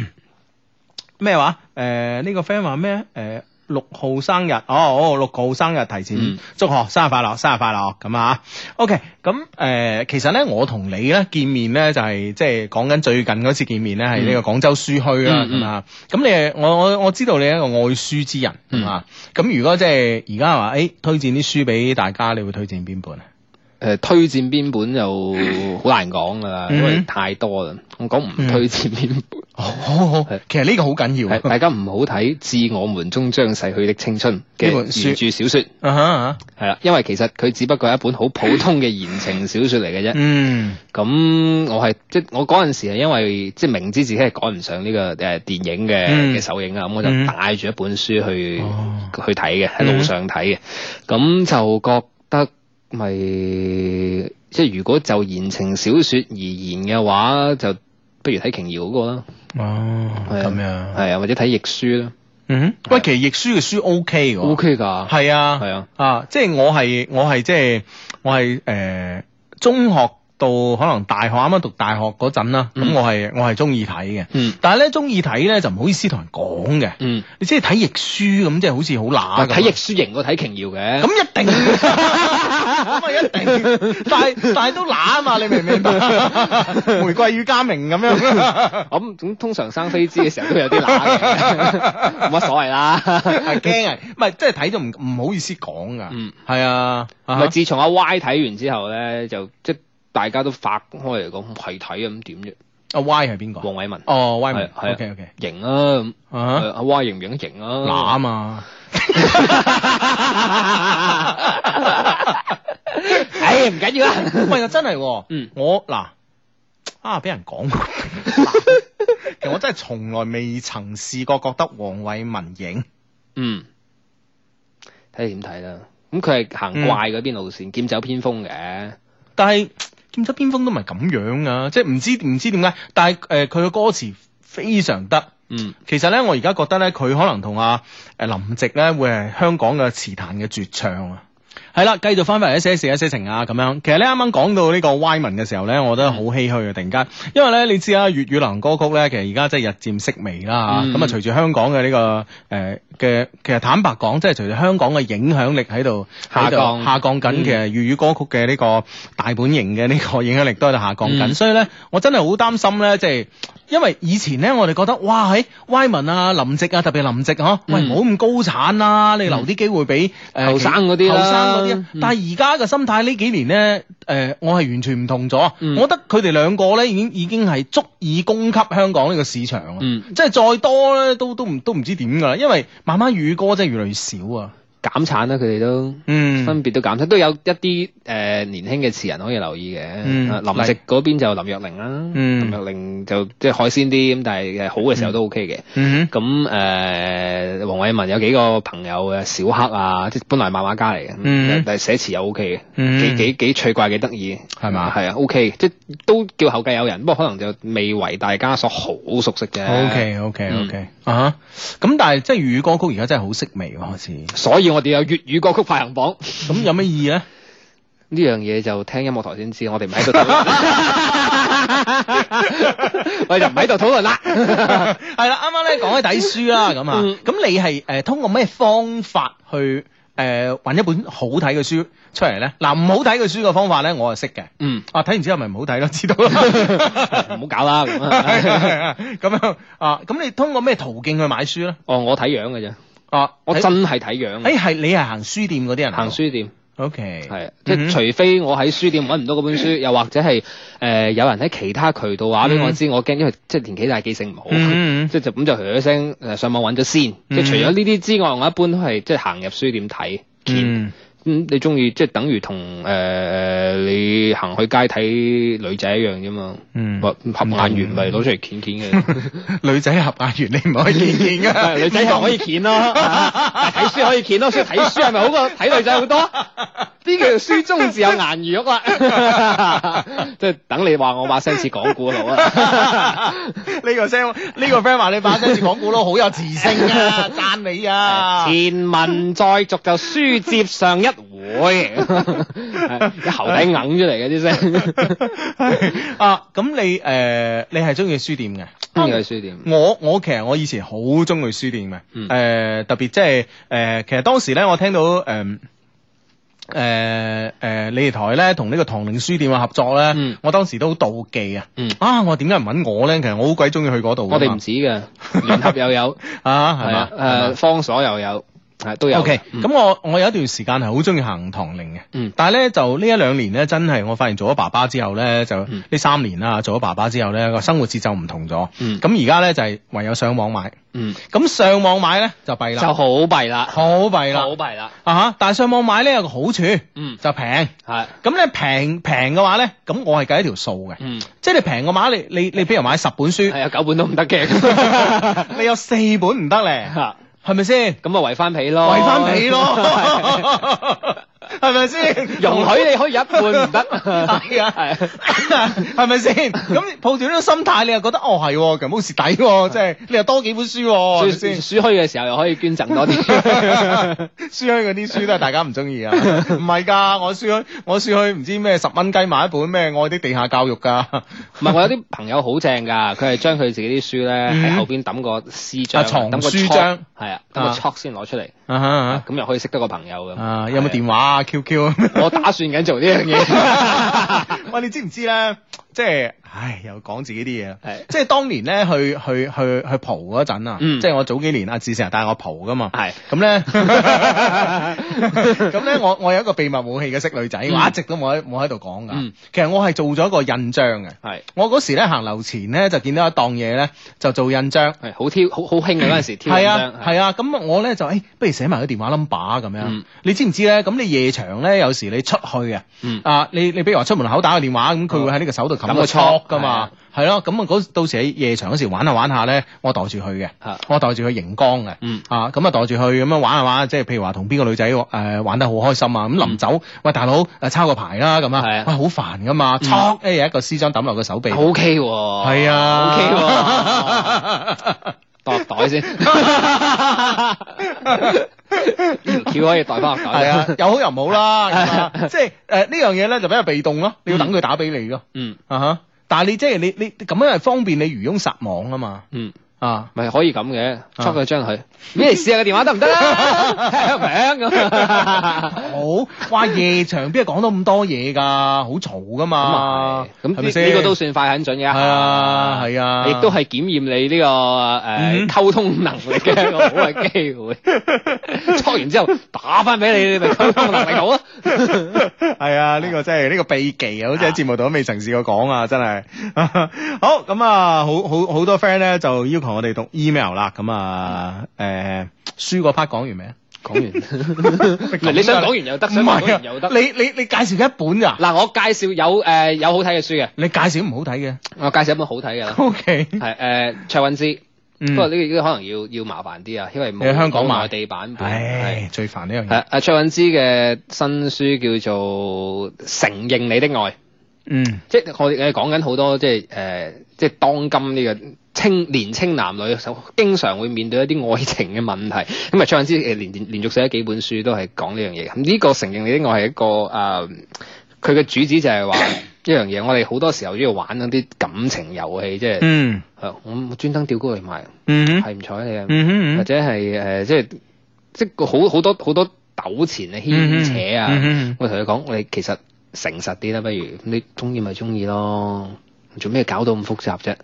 咩話誒呢個 friend 話咩誒六號生日哦哦六號生日提前、嗯祝賀生日快樂生日快樂咁啊 OK 咁誒、其實咧我同你咧見面咧就係即係講緊最近嗰次見面咧係呢個廣州書墟啦嗯嗯咁啊咁你係我我我知道你係一個愛書之人嗯啊咁如果即係而家話誒推薦啲書俾大家，你會推薦邊本啊？誒、呃推薦邊本就好難講㗎啦，嗯因為太多啦。我講唔推薦邊本，好好好係，其實呢個好緊要哦啊係大家唔好睇《致我們終將逝去的青春》嘅呢本書原著小說，啊哈啊哈係啦，因為其實佢只不過係一本好普通嘅言情小說嚟嘅啫。嗯咁我係即係我嗰陣時係因為即係明知自己係趕唔上呢個誒電影嘅嗯嘅首映啊，咁我就嗯帶住一本書去哦去睇嘅，喺路上睇嘅，咁就覺得咪即係如果就言情小說而言嘅話，就不如睇瓊瑤嗰個啦，哦係啊咁樣，係啊，或者睇亦書啦嗯哼，喂，其實亦舒嘅書 O K 嘅喎， ，OK 㗎，係啊係啊，啊，即係我係我係即係我係誒中學到可能大學啱啱讀大學嗰陣啦，咁嗯我係我係中意睇嘅，嗯但係咧中意睇咧就唔好意思同人講嘅，嗯，你即係睇亦舒咁，即係好似好乸啊咁。睇亦書型過睇瓊瑤嘅，咁一定，咁啊一定，但係但係都乸啊嘛，你明唔明白？玫瑰與嘉明咁樣，咁咁通常生飛枝嘅時候都有啲乸 嘅，冇乜所謂啦。係驚啊！唔係即係睇到唔唔好意思講噶，嗯係啊，啊咪自從阿 Y 睇完之後咧，就即係大家都發開嚟講係睇啊咁點啫？阿 Y 係邊個？黃偉文哦，Y 文係係啊，OK OK，型啊咁，啊誒阿 Y 型唔型型乸啊啊？嘛， 唉，唔緊要啦。 喂，又真係喎，嗯我嗱啊俾人講過， 其實我真係從來未曾試過覺得黃偉文型，嗯，睇你點睇啦。咁佢係嗯行怪嗰邊路線，劍走偏鋒嘅。但係劍走偏鋒都唔係咁樣啊，即係唔知唔知點解，但係誒佢嘅歌詞非常得。嗯其實咧，我而家呃覺得咧，佢可能同阿誒林夕咧，會係香港嘅詞壇嘅絕唱啊！係啦，繼續翻返嚟一些事一些情啊，咁樣。其實咧啱啱講到呢個歪文嘅時候咧，我覺得好唏噓啊！突然間，因為咧你知啦，粵語流行歌曲咧，其實而家真係日漸式微啦嗯嚇。咁啊，隨住香港嘅呢個誒嘅，其實坦白講，即係隨住香港嘅影響力喺度下喺降度下降緊，嗯其實粵語歌曲嘅呢個大本營嘅呢個影響力都喺度下降緊，嗯所以咧我真係好擔心咧，即係。因為以前咧，我哋覺得哇，喺歪文啊、林夕啊，特別林夕嗬，喂，嗯唔好咁高產啦，你留啲機會俾呃誒後生嗰啲後啦生嗰啲啊。嗯但係而家嘅心態呢幾年咧，誒，我係完全唔同咗。嗯我覺得佢哋兩個咧已經已經係足以供給香港呢個市場啊。嗯即係再多咧，都都唔都唔知點㗎啦，因為慢慢粵語歌真係越嚟越少啊。減產啦，佢哋都。嗯分別都減產，都有一啲誒、呃年輕嘅詞人可以留意嘅。嗯啊林夕例嗰邊就林若寧啦，嗯林若寧就即係海鮮啲咁，但係呃好嘅時候都 OK 嘅。嗯咁誒、呃黃偉文有幾個朋友嘅小黑啊，即係本來漫畫家嚟嘅，嗯但係寫詞又 OK 嘅，嗯幾幾幾趣怪幾得意，係嘛係啊，OK，嘅即係都叫後繼有人，不過可能就未為大家所好熟悉嘅。哼，OK OK OK 嗯啊哈，咁但係即係粵語歌曲而家真係好式微喎，開始。所以我哋有粵語歌曲排行榜。咁有咩意義咧？呢樣嘢就聽音樂台先知，我哋唔喺度討 論，我哋就唔喺度討論啦。 係啦，啱啱咧講起睇書啦，咁啊嗯，咁你係誒通過咩方法去誒揾一本好睇嘅書出嚟咧？嗱，唔好睇嘅書嘅方法咧，我係識嘅。嗯，啊，睇完之後咪唔好睇咯，知 道啦。唔好搞啦咁啊。 咁樣啊，咁你通過咩途徑去買書咧？哦，我睇樣嘅啫，啊，我睇真係睇樣嘅。誒係你係行書店嗰啲人嚟㗎行書店，OK，係，即嗯係除非我喺書店揾唔到嗰本書，又或者係誒、呃有人喺其他渠道話俾我知，我驚，因為即係年紀大記性唔好，嗯嗯嗯即係就咁就嘘一聲誒上網揾咗先。即係除咗呢啲之外，我一般都係即係行入書店睇。見嗯 咁你中意即係等於同誒誒你行去街睇女仔一樣啫嘛，嗯或合眼緣咪攞出嚟鉗鉗 嘅，女仔合眼緣你唔可以見見㗎，女 仔係可以鉗 咯，啊睇書可以鉗咯，所以睇書係咪好 過睇女仔好多？呢叫書中自有顏如玉啊 啦，即係等你話我把聲似講古佬啊！呢個聲，呢個 friend 話你把聲似講古佬，好有磁性 啊，讚你啊！ 前文再續就書接上一 回，一喉底硬出嚟嘅啲 聲， 啊，咁你誒，你係中意書店嘅？中意去書店。我我其實我以前好中意書店嘅，誒、嗯特別即係誒，其實當時咧，我聽到呃嗯誒誒誒呃你哋台咧同呢個唐寧書店嘅合作咧，嗯我當時都好妒忌啊！嗯啊，我點解唔揾我咧？其實我好鬼中意去嗰度㗎嘛。我哋唔 止嘅，聯合又有，啊，係係嘛嘛？？誒，方所又有，係都有嘅。 O K，嗯咁我我有一段時間係好中意行唐寧嘅，嗯但係咧就呢一兩年咧，真係我發現做咗爸爸之後咧，就嗯呢三年啦，做咗爸爸之後咧個生活節奏唔同咗，嗯咁而家咧就係唯有上網買，嗯，咁上網買咧就弊就啦，好弊啦，好弊啦好弊啦，啊哈！但係上網買咧有個好處就嗯，平，係，咁咧平平嘅話咧，咁我係計一條數嘅，嗯，即係你平嘅話，你你你譬如買十本書，係啊，九本都唔得嘅， 你有四本唔得咧，嚇係咪先？咁啊圍翻皮咯，圍翻皮，咯，係咪先？ 容許你可以一半唔得， 係啊 係係咪先？咁抱住呢個心態，你又覺得哦係喎，咁好蝕底 喎，即係你又多幾本書喎，係咪所以先？輸虛嘅時候又可以捐贈多 啲，書墟嗰啲書都係大家唔中意 啊，唔係㗎，我書墟我書墟唔知咩十蚊雞買一本咩愛的地下教育㗎， 唔係我有啲朋友好正㗎，佢係將佢自己啲書咧喺後邊抌個絲嗯啊張，藏抌個書 chalk，張係啊，抌個 chalk 先攞出嚟，啊哈咁又可以識得個朋友咁。啊有冇電話啊 QQ 啊？我打算緊做呢樣嘢。喂，你知唔知咧？即係，唉，又講自己啲嘢啦。係即係當年咧，去去去去蒲嗰陣啊，嗯即係我早幾年阿志成日帶我蒲噶嘛。係 咁咧，咁咧，我我有一個秘密武器嘅識女仔，我一直都冇喺冇喺度講噶嗯。其實我係做咗一個印章嘅。係我嗰時咧行樓前咧就見到一檔嘢咧就做印章。係好挑好好興嘅嗰陣時挑係咁啊樣，係啊，咁我咧就誒、不如寫埋個電話 number 咁樣。嗯你知唔知咧？咁你夜場咧，有時你出去啊，嗯啊，你你比如話出門口打個電哦話，咁佢會喺呢個手度冚個冚個戳戳噶嘛，係咯。咁啊，嗰到時喺夜場嗰時玩下玩下咧，我袋住佢嘅啊，我袋住佢熒光嘅。嗯啊，咁啊袋住佢咁樣玩下玩下，即係譬如話同邊個女仔誒、玩得好開心啊，咁臨走，喂大佬誒抄個牌啦咁係啊嗯啊，喂好煩噶嘛，戳哎一嘢一個私章抌落個手臂度， O K 喎，係啊，O K 哦喎，度袋先，呢條橋可以代翻入係袋。啊，有好有唔好 啦，咁啊即係诶呢樣嘢咧就比較被動咯，你要等佢打俾你咯，嗯啊哈！但係你即係你你咁樣係方便你漁翁撒網啊嘛，嗯，啊！咪可以咁嘅，捉佢將佢，咩嚟試下個電話得唔 得啊啦？聽名咁。好，哇！夜場邊係講到咁多嘢㗎，好嘈㗎咁嘛啊，係，咁係呢先呢個都算快很準嘅，係啊係啊亦都係檢驗你呢個嗯誒溝通能力嘅 一個好嘅機會。錯完之後打翻俾你，你咪溝通能力好啊！系啊，呢、個真 係呢、個秘技啊，好似喺節目度都未曾試過講 啊，真係。 好咁啊，好好好多 friend 咧就要求我哋讀 email 啦，咁啊，诶、書嗰 part 講完未啊？啊講完， 唔 係你想講完又得，想唔講完又得。你你你介紹嘅一本㗎，嗱，我介紹有誒有好睇嘅書嘅，你介紹唔好睇嘅。我介紹一本好睇嘅 啦， O K，係誒卓韻芝。嗯不過呢個呢個可能要要麻煩啲啊，因為你冇喺香港買冇內地版本。係唉，最煩呢樣係嘢。阿卓韻芝嘅新書叫做《承認你的愛》，嗯即係我哋呃講緊好多即係誒、呃即係當今呢個青年青男女所經常會面對一啲愛情嘅問題。咁啊，卓韻芝誒連連連續寫咗幾本書都係講呢樣嘢。咁呢個承認你的愛係一個誒，呃佢、嘅主旨就 係話一樣嘢，我哋好多時候都要玩嗰啲感情遊戲，即係、嗯呃我我專登吊高嚟賣，嗯哼係唔睬你啊！嗯或哼者係誒、呃即係即係個好好多好多糾纏啊、牽扯啊。嗯我同佢講，你其實誠實啲啦，不如你中意咪中意咯，做咩搞到咁複雜啫？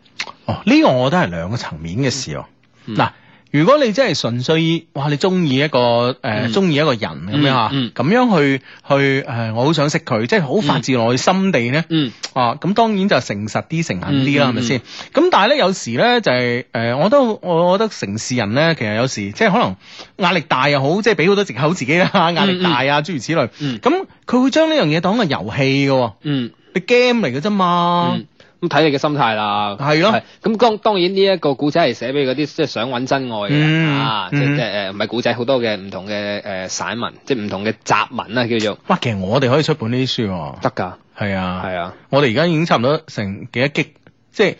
哼哦，呢個我覺得係兩個層面嘅事喎。哦嗯嗱，如果你真係純粹，哇！你中意一個誒，嗯中意一個人咁樣嚇，嗯嗯咁樣去去誒，我好想識佢，即係好發自內心地咧。嗯啊，咁當然就誠實啲、誠懇啲啦，係嗯嗯咪先？咁但係咧，有時咧就係、呃我都我覺得城市人咧，其實有時即係可能壓力大又好，即係俾好多藉口自己啦， 壓力大啊，諸如此類。嗯咁佢會將呢樣嘢當個遊戲嘅喎，嗯你 game 嚟嘅啫嘛。嗯，咁睇你嘅心態啦。啊係咯係咁當當然呢一個古仔係寫俾嗰啲即係想揾真愛嘅人嗯啊，即嗯係誒唔係古仔，好多嘅唔同嘅誒散文，即係唔同嘅雜文啊，叫做哇，其實我哋可以出本呢啲書喎。得㗎，係啊，係啊，我哋而家已經差唔多成幾多激，即係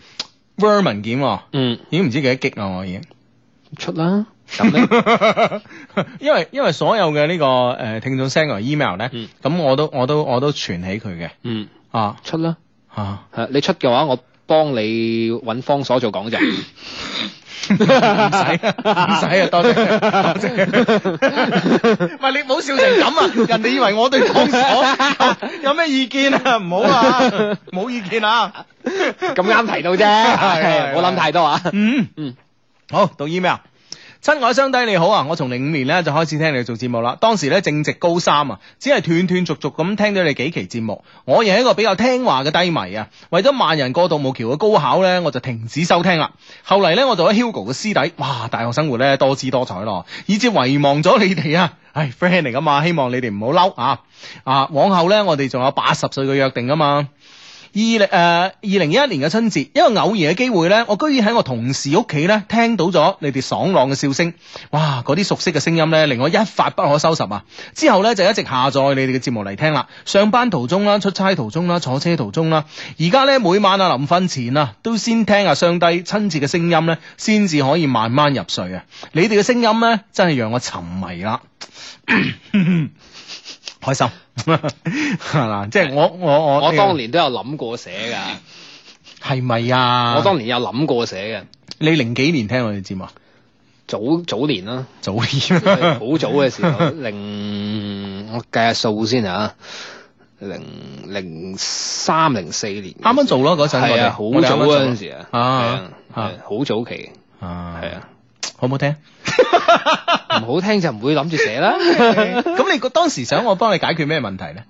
Word 文件喎，嗯，已經唔知幾多激啦，我已經。出啦，咁咧 因為因為所有嘅呢、個誒、呃、聽眾 send 過嚟 email 咧，咁嗯、我都我都我都傳起佢嘅 嗯啊出啦。 啊！係你出嘅話，我幫你揾方所做 講者。唔使啊唔使啊，多謝多謝。 喂，你唔好笑成咁啊！人哋以為我對方 所有有咩意見啊？唔好啊，冇意見啊！咁啱提到啫，係係 係冇諗太多 啊。嗯嗯，好，讀 email。親愛相低你好啊！我從零五年咧就開始聽你做節目啦，當時咧正值高三啊，只係斷斷續續咁聽到你幾期節目。我亦係一個比較聽話嘅低迷啊，為咗萬人過獨木橋嘅高考咧，我就停止收聽啦。後嚟咧我做咗 Hugo 嘅師弟，哇！大學生活咧多姿多彩咯，以至遺忘咗你哋啊。唉，friend 嚟噶嘛，希望你哋唔好嬲啊！啊，往後咧我哋仲有八十歲嘅約定噶嘛。二零誒呃二零一一年嘅春節，一個偶然嘅機會呢，我居然喺我同事屋企呢聽到咗你哋爽朗嘅笑聲，哇！嗰啲熟悉嘅聲音呢，令我一發不可收拾啊！之後呢，就一直下載你哋嘅節目嚟聽啦，上班途中啦、出差途中啦、坐車途中啦，而家呢，每晚啊臨瞓前啊，都先聽下雙低親切嘅聲音呢，先至可以慢慢入睡啊！你哋嘅聲音呢，真係讓我沉迷啦〜開心 係啦，即係我我我啊我當年都有諗過寫㗎，係咪啊？我當年有諗過寫嘅，你零幾年聽我哋節目啊？早早年 啦，早年好啊早嘅時候，零我計下數先啊，零零三零四年，啱啱做咯嗰陣我係哋啊，好早我哋啱啱做嗰陣時啊，係啊啊，啊係好早期， 啊係，啊，好唔好聽？唔好聽就唔會諗住 寫啦，咁你當時想我幫你解決咩問題咧？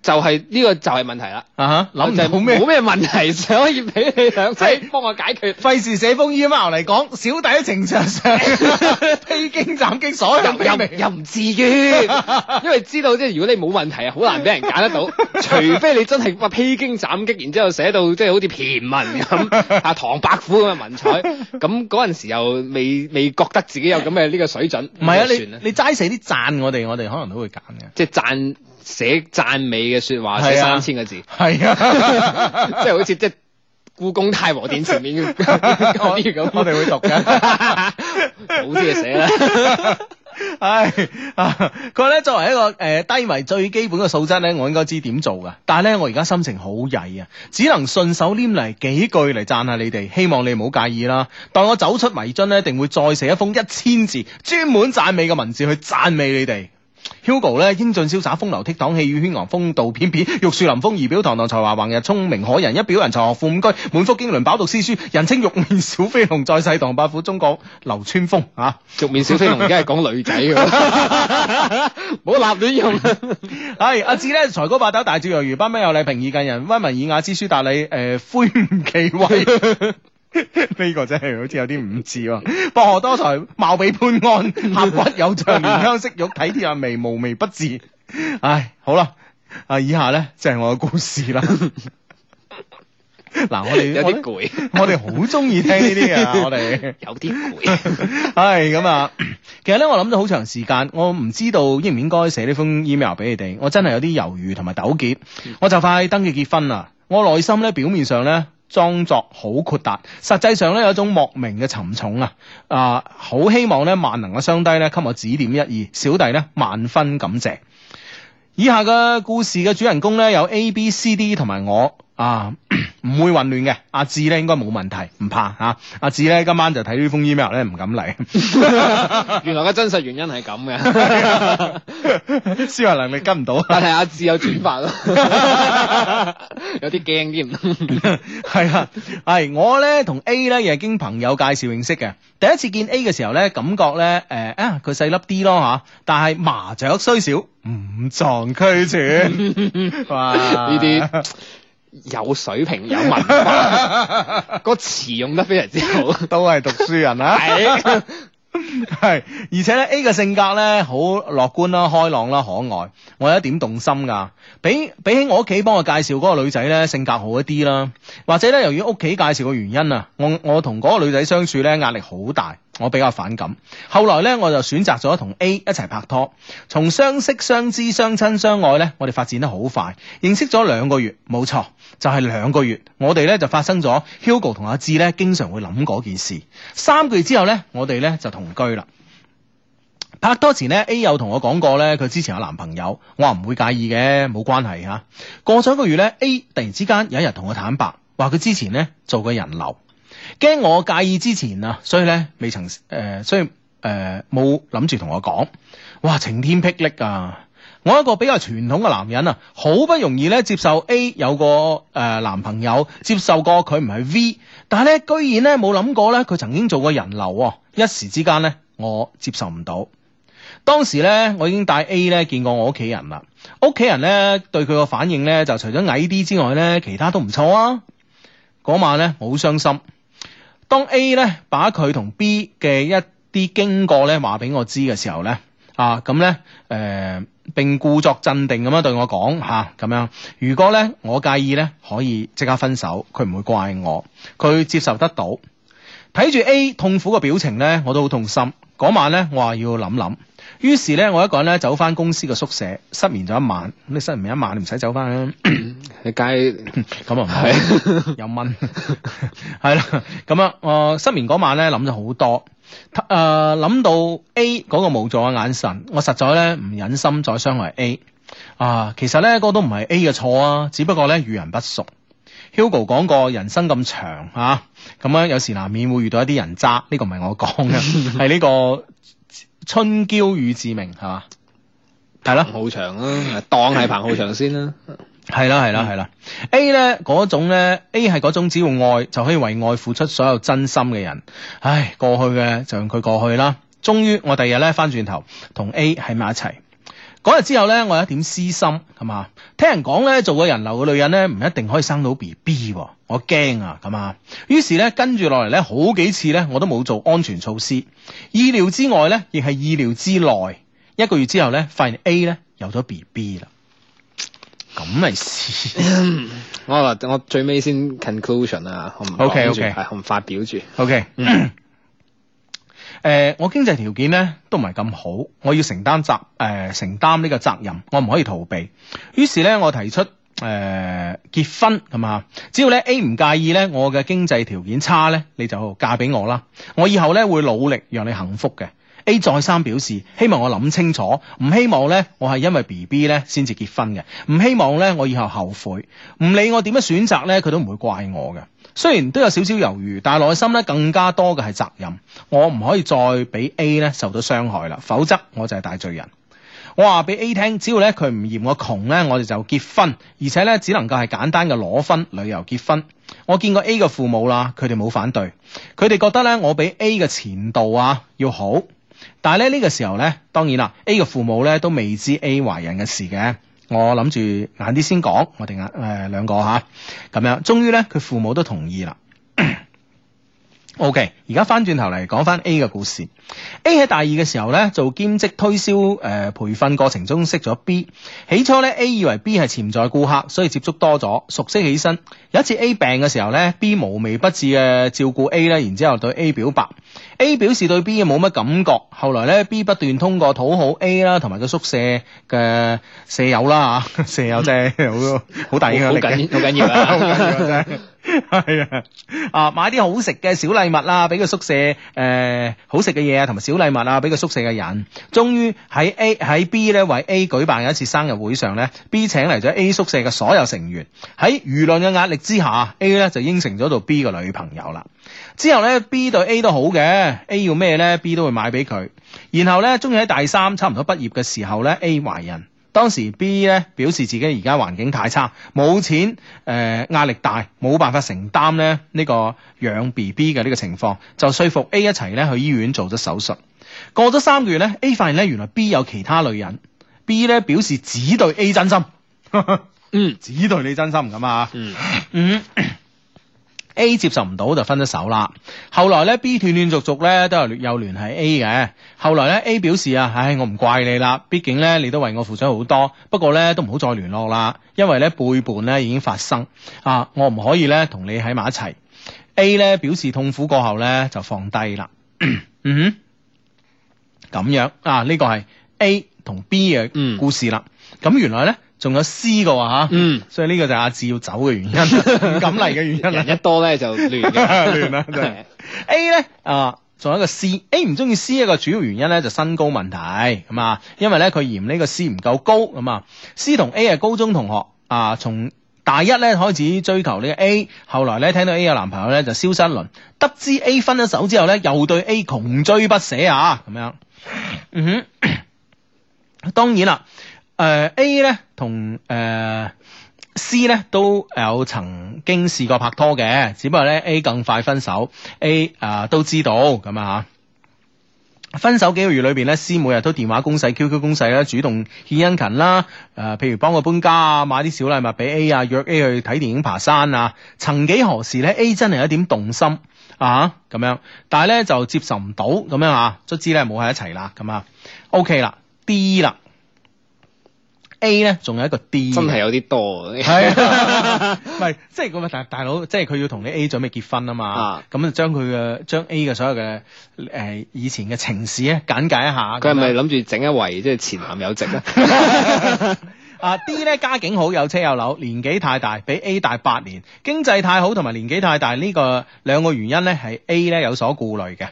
就係呢個就係問題啦，啊哈，諗唔就係到咩冇？咩問題想可以俾你兩仔幫我解決。費事寫封 email 嚟講，小弟喺情 場上披荊斬棘， 所有又卑又微。又唔至於， 因為知道即係如果你冇問題啊，好難俾人揀得到， 除非你真係話披荊斬棘，然之後寫到即係好似駢 文咁啊唐伯虎咁嘅文采，咁嗰陣時又未未覺得自己有咁嘅呢個水準，唔係啊，咁就算啦你你齋寫啲讚我哋，我哋可能都會揀嘅。即係讚寫讚美嘅説話，寫係啊三千 個字，係啊， 即係好似即係故宮太和殿前面嗰嗰啲咁， 我哋會讀嘅。好啲就寫啦。 唉，啊佢話咧作為一個诶、呃低迷最基本嘅素質咧，我應該知點做噶。但係咧，我而家心情好曳啊，只能順手拈嚟幾句嚟讚下你哋，希望你唔好介意啦。但我走出迷津咧，一定會再寫一封一千字專門讚美嘅文字去讚美你哋。Hugo 咧，英俊瀟灑、風流倜儻、氣宇軒昂、風度翩翩、玉樹臨風、儀表堂堂、才華橫溢、聰明可人、一表人才、學富五車、滿腹經綸、飽讀詩書，人稱玉面小飛龍，在世唐伯虎，中國流川楓啊！俗面小飛龍而家係講女仔㗎， 唔好立亂用。系阿志咧，才高八斗，大智若愚，彬彬有禮，平易近人，温文爾雅，知書達理，诶、魁梧其位。呢個真係好似有啲唔似喎，博學多才，貌比潘安，俠骨有象，憐香惜玉，體貼入微，無微不至。唉，好啦，啊，以下咧就係我嘅故事啦。 嗱，我哋有我哋啲攰，我哋好中意聽呢啲嘅，我哋。有啲攰。系咁啊，其實咧我諗咗好長時間，我唔知道應唔應該寫呢封 email 俾你哋，我真係有啲猶豫同埋糾結，我就快登記結婚啦，我內心咧表面上咧。裝作好豁達，實際上咧有一種莫名嘅沉重啊！啊，好希望咧萬能嘅雙低咧給我指點一二，小弟咧萬分感謝。以下嘅故事嘅主人公咧有 A、B、C、D 同埋我啊， 唔會混亂嘅。阿志咧應該冇問題，唔怕吓。阿志咧今晚就睇呢封 email 咧唔敢嚟，原來嘅真實原因係咁嘅，思維能力跟唔到。 但係阿志有轉發咯，有啲驚添。係啊，係我咧同 A 咧亦係經朋友介紹認識嘅。第一次見 A 嘅時候咧，感覺咧诶、呃啊佢細粒啲咯吓，但係麻雀雖小，五臟俱 全。哇！呢啲有水平有文化， 個詞用得非常之好。都係讀書人啊。係 系，而且咧 A 嘅性格咧好樂觀啦、開朗啦、可愛，我有一點動心噶。比比起我屋企幫我介紹嗰個女仔咧，性格好一啲啦。或者咧，由於屋企介紹嘅原因啊，我我同嗰個女仔相處咧壓力好大，我比較反感。後來咧，我就選擇咗同 A 一齊拍拖。從相識、相知、相親、相愛咧，我哋發展得好快，認識咗兩個月，冇錯，就係、兩個月，我哋咧就發生咗 Hugo 同阿志咧經常會諗嗰件事。三個月之後咧，我哋咧就同居啦。拍拖前咧，A 有同我講過咧，佢之前有男朋友，我話唔會介意嘅，冇關係吓。過咗一個月咧，A 突然之間有一日同我坦白，話佢之前咧做過人流，驚我介意之前啊，所以咧未曾诶、呃所以诶冇諗住同我講。哇，晴天霹靂啊！我一個比較傳統嘅男人啊，好不容易咧接受 A 有個誒、呃男朋友，接受過佢唔係 V，但係咧居然咧冇諗過咧佢曾經做過人流喎、一時之間咧我接受唔到。當時咧，我已經帶 A 咧見過我屋企人啦。屋企人咧對佢個反應咧，就除咗矮啲之外咧，其他都唔錯啊。嗰晚咧，我好傷心。當 A 咧把佢同 B 嘅一啲經過咧話俾我知嘅時候咧，啊咁咧誒並故作鎮定咁樣對我講嚇咁樣，如果咧我介意咧，可以即刻分手，佢唔會怪我，佢接受得到。睇住 A 痛苦嘅表情咧，我都好痛心。嗰晚咧，我話要諗諗。於是咧，我一個人咧走翻公司嘅宿舍，失眠咗一晚。咁你失眠一晚，你唔使走翻啦。你梗係咁啊唔系，有蚊 係啦。咁啊，我、失眠嗰晚咧諗咗好多，誒、諗到 A 嗰個無助嘅眼神，我實在咧唔忍心再傷害 A。啊，其實咧嗰個都唔係 A 嘅錯啊，只不過咧遇人不淑。Hugo 講過人生咁長啊，咁樣有時難免會遇到一啲人渣，呢、個唔係我講嘅，係呢個春嬌與志明係嘛？係啦彭。浩翔啦，啊當係彭浩翔先啦。系啦系啦系啦，A 咧嗰種咧，A 係嗰種只要愛就可以為愛付出所有真心嘅人。唉，過去嘅就讓佢過去啦。終於我第日咧翻轉頭同 A 喺埋一齊。嗰日之後咧，我有一點私心，係嘛？聽人講咧，做個人流嘅女人咧，唔一定可以生到 B B 喎，我驚啊，咁啊。於是咧，跟住落嚟咧，好幾次咧，我都冇做安全措施，意料之外咧，亦係意料之內。一個月之後咧，發現 A 咧有咗 B B 啦，咁咪試。我話我最尾先 conclusion 啊，我唔講 OK，OK 啊住係我唔發表住。 O K，诶，呃我經濟條件咧都唔係咁好，我要承擔責誒、呃承擔呢個責任，我唔可以逃避。於是咧，我提出誒、呃、結婚咁啊，只要咧 A 唔介意咧，我嘅經濟條件差咧，你就嫁俾我啦。我以後咧會努力讓你幸福嘅。 A 再三表示希望我諗清楚，唔希望呢我係因為 B B 呢先至結婚嘅，唔希望呢我以後後悔，唔理我點樣選擇呢，佢都唔會怪我嘅。雖然都有少少猶豫，但係內心咧更加多嘅係責任。我唔可以再俾 A 咧受到傷害啦，否則我就係大罪人。我話俾 A 聽，只要咧佢唔嫌我窮咧，我哋就結婚，而且咧只能夠係簡單嘅裸婚、旅遊結婚。我見過 A 嘅父母啦，佢哋冇反對，佢哋覺得咧我比 A 嘅前度啊要好。但係咧呢個時候咧，當然啦，A 嘅父母咧都未知 A 懷孕嘅事嘅。我諗住晏啲先講，我哋晏誒兩個吓咁樣。終於咧，佢父母都同意啦。O.K. 而家翻轉頭嚟講翻 A 嘅故事。A 喺大二嘅時候咧，做兼職推銷誒、呃培訓過程中識咗 B。起初咧，A 以為 B 係潛在顧客，所以接觸多咗，熟悉起身。有一次 A 病嘅時候咧，B 無微不至嘅照顧 A 咧，然之後對 A 表白。A 表示對 B 冇乜感覺。後來咧，B 不斷通過討好 A 啦，同埋個宿舍嘅舍友啦 嚇，舍友真係好好大影響好力嘅緊好 緊要 好緊要啊！啊真係。系啊，啊买啲好食嘅小禮物啦，俾佢宿舍诶、呃好食嘅嘢啊，同埋小禮物啊，俾佢宿舍嘅人。終於喺 A 喺 B 咧為 A 舉辦嘅一次生日會上咧，B 請嚟咗 A 宿舍嘅所有成員。喺輿論嘅壓力之下，A 咧就應承咗做 B 嘅女朋友啦。之後咧 B 對 A 都好嘅，A 要咩咧 B 都會買俾佢。然後咧，終於喺大三差唔多畢業嘅時候咧，A 懷孕。當時 B 咧表示自己而家環境太差，冇錢，誒、壓力大，冇辦法承擔咧呢個養 B B 嘅呢個情況，就說服 A 一齊咧去醫院做咗手術。過咗三個月咧，A 發現咧原來 B 有其他女人，B 咧表示只對 A 真心， 嗯只對你真心咁啊。嗯，嗯。A 接受唔到就分咗手啦。後來咧 B 斷斷續續咧都有聯有聯繫 A 嘅。後來咧 A 表示啊，唉，我唔怪你啦，畢竟咧你都為我付出好多。不過咧都唔好再聯絡啦，因為咧背叛咧已經發生啊，我唔可以咧同你喺埋一齊。A 咧表示痛苦過後咧就放低啦。 嗯哼，咁樣啊，呢、個係 A 同 B 嘅嗯故事啦。咁、原來咧仲有 C 嘅喎嚇。嗯，所以呢個就係阿志要走嘅原因，唔敢嚟嘅原因啦 人。一多咧就亂嘅，亂啦真係 A 咧啊。仲有一個 C，A 唔中意 C 一個主要原因咧就身高問題咁啊，因為咧佢嫌呢個 C 唔夠高咁啊。C 同 A 係高中同學啊，從大一咧開始追求呢個 A，後來咧聽到 A 有男朋友咧就消失一輪，得知 A 分咗手之後咧又對 A 窮追不捨啊咁樣。嗯 哼，當然啦，誒、A 咧同誒。C 呃咧都呃有曾經試過拍拖嘅，只不過咧 A 更快分手，A 啊、都知道咁啊吓。分手幾個月裏邊咧，C 每日都電話攻勢、QQ 攻勢啦，主動獻殷勤啦，誒、譬如幫佢搬家啊，買啲小禮物俾 A 啊，約 A 去睇電影、爬山啊。曾幾何時咧，A 真係有一點動心啊咁樣，但係咧就接受唔到咁樣啊，卒之咧冇喺一齊啦，咁啊，OK 啦，D 啦，A 咧仲有一個 D， 真係有啲多。系啊，唔係即係咁啊！大大佬，即係佢要同你 A 準備結婚啊嘛啊，咁就將佢嘅將 A 嘅所有嘅誒、呃以前嘅情史咧簡介一下。 佢係咪咁樣諗住整一圍即係前男友席 啊？啊 D 咧家境好，有車有樓，年紀太大，比 A 大八年，經濟太好同埋年紀太大呢、個兩個原因咧係 A 咧有所顧慮嘅。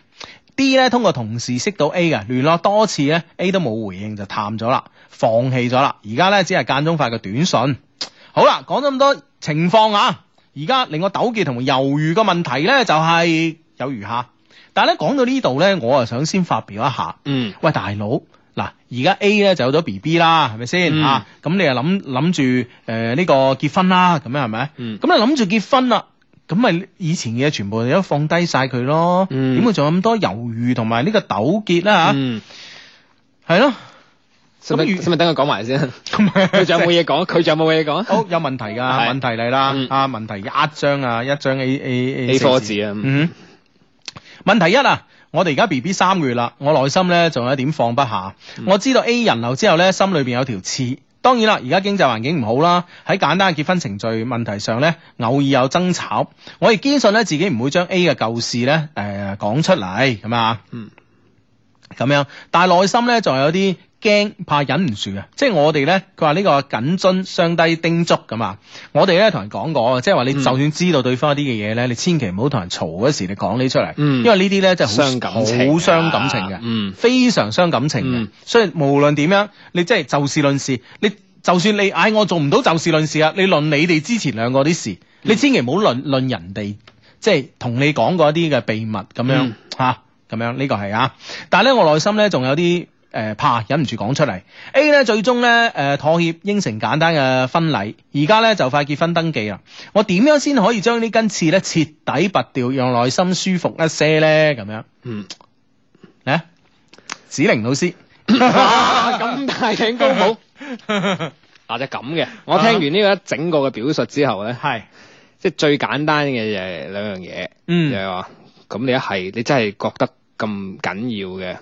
D 咧通過同事識到 A 嘅，聯絡多次咧 A 都冇回應就淡咗啦，放棄咗啦，而家咧只係間中發個短信。好啦，講咗咁多情況啊，而家令我糾結同埋猶豫嘅問題咧就係、有如下，但係咧講到呢度咧，我啊想先發表一下。嗯，喂，大佬，嗱，而家 A 咧就有咗 B B 啦，係咪先嗯啊？咁你又諗諗住誒呢個結婚啦，咁樣係咪？嗯咁你諗住結婚啦，咁咪以前嘅嘢全部都放低晒佢咯，嗯點會仲有咁多猶豫同埋呢個糾結啦嗯，嚇？係咯，使唔使啊咁如使唔使等佢講埋 先？咁佢仲有即係冇嘢講？佢仲有冇嘢講啊？好有問題㗎，係問題嚟啦嗯，啊問題一張啊，一張 A A A 四 four 字啊嗯，問題一啊。我哋而家 B B 三個月啦，我內心咧仲有一點放不下。嗯我知道 A 人流之後咧，心裏邊有條刺。當然啦，而家經濟環境唔好啦，喺簡單嘅結婚程序問題上咧，偶爾有爭吵。我亦堅信咧，自己唔會將 A 嘅舊事呃咧誒講出嚟咁啊。嗯咁樣，但係內心咧仲有啲驚怕忍唔住啊！即係我哋咧，佢話呢個緊遵雙低叮囑咁啊！我哋咧同人講過，即係話嗯你就算知道對方一啲嘅嘢咧，你千祈唔好同人嘈嗰時你講呢出嚟，嗯因為呢啲咧真係好傷感情啊好傷感情嘅，嗯非常傷感情嘅。嗯所以無論點樣，你即係就事論事，你就算你嗌我做唔到就事論事啊，你論你哋之前兩個啲嗯事，你千祈唔好論論人哋，即係同你講過一啲嘅秘密咁樣嗯嚇，咁樣呢個係啊。但係咧，我內心咧仲有啲。誒、怕忍唔住講出嚟，A 咧最終咧誒、妥協應承簡單嘅婚禮，而家咧就快結婚登記啦。我點樣先可以將呢根刺咧徹底拔掉，讓內心舒服一些咧？咁樣嗯，嚟啊，子玲老師。 哇，咁大頂 高帽，啊嗱就咁嘅。我聽完呢個一整個嘅表述之後咧，系，即係最簡單嘅就係兩樣嘢，就 嗯，係話咁你一係你真係覺得咁緊要嘅。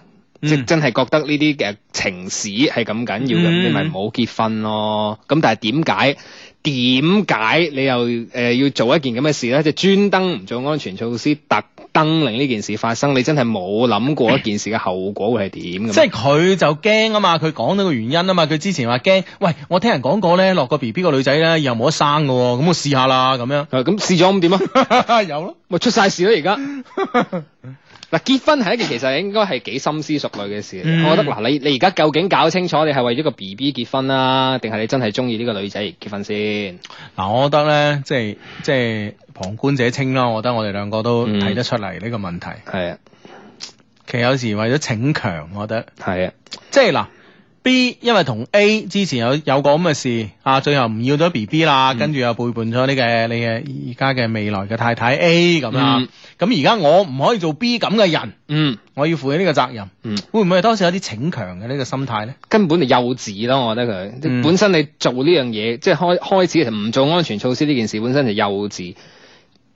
即嗯真係覺得呢啲嘅情史係咁緊要嗯嘅，你咪唔好結婚咯。咁但係點解點解你又誒、呃要做一件咁嘅事咧？就專登唔做安全措施，特登令呢件事發生。你真係冇諗過一件事嘅後果會係點咁？即係佢就驚啊嘛，佢講到個原因啊嘛，佢之前話驚，喂，我聽人講過咧，落個 B B 個女仔咧，又冇得生噶喎，咁我試下啦，咁樣，啊咁試咗咁點啊？ 有咯，咪出晒事咯而家。嗱，結婚係一件其實應該係幾深思熟慮嘅事嚟嘅。嗯我覺得嗱，你你而家究竟搞清楚你係為咗個 B B 結婚啦、定係你真係中意呢個女仔而結婚先？嗱，我覺得咧，即係即係旁觀者清啦，我覺得我哋兩個都嗯睇得出嚟呢個問題，係啊，其實有時為咗逞強，我覺得，係啊。即係嗱。B 因為同 A 之前有有個咁嘅事啊，最後唔要咗 B B 嗯啦，跟住又背叛咗呢嘅你嘅而家嘅未來嘅太太 A 咁啦嗯，咁而家我唔可以做 B 咁嘅人，嗯我要負起呢個責任，嗯，會唔會係當時有啲逞強嘅呢個心態咧？根本就幼稚咯，我覺得佢、即嗯本身你做呢樣嘢，即係開開始唔做安全措施呢件事本身就幼稚。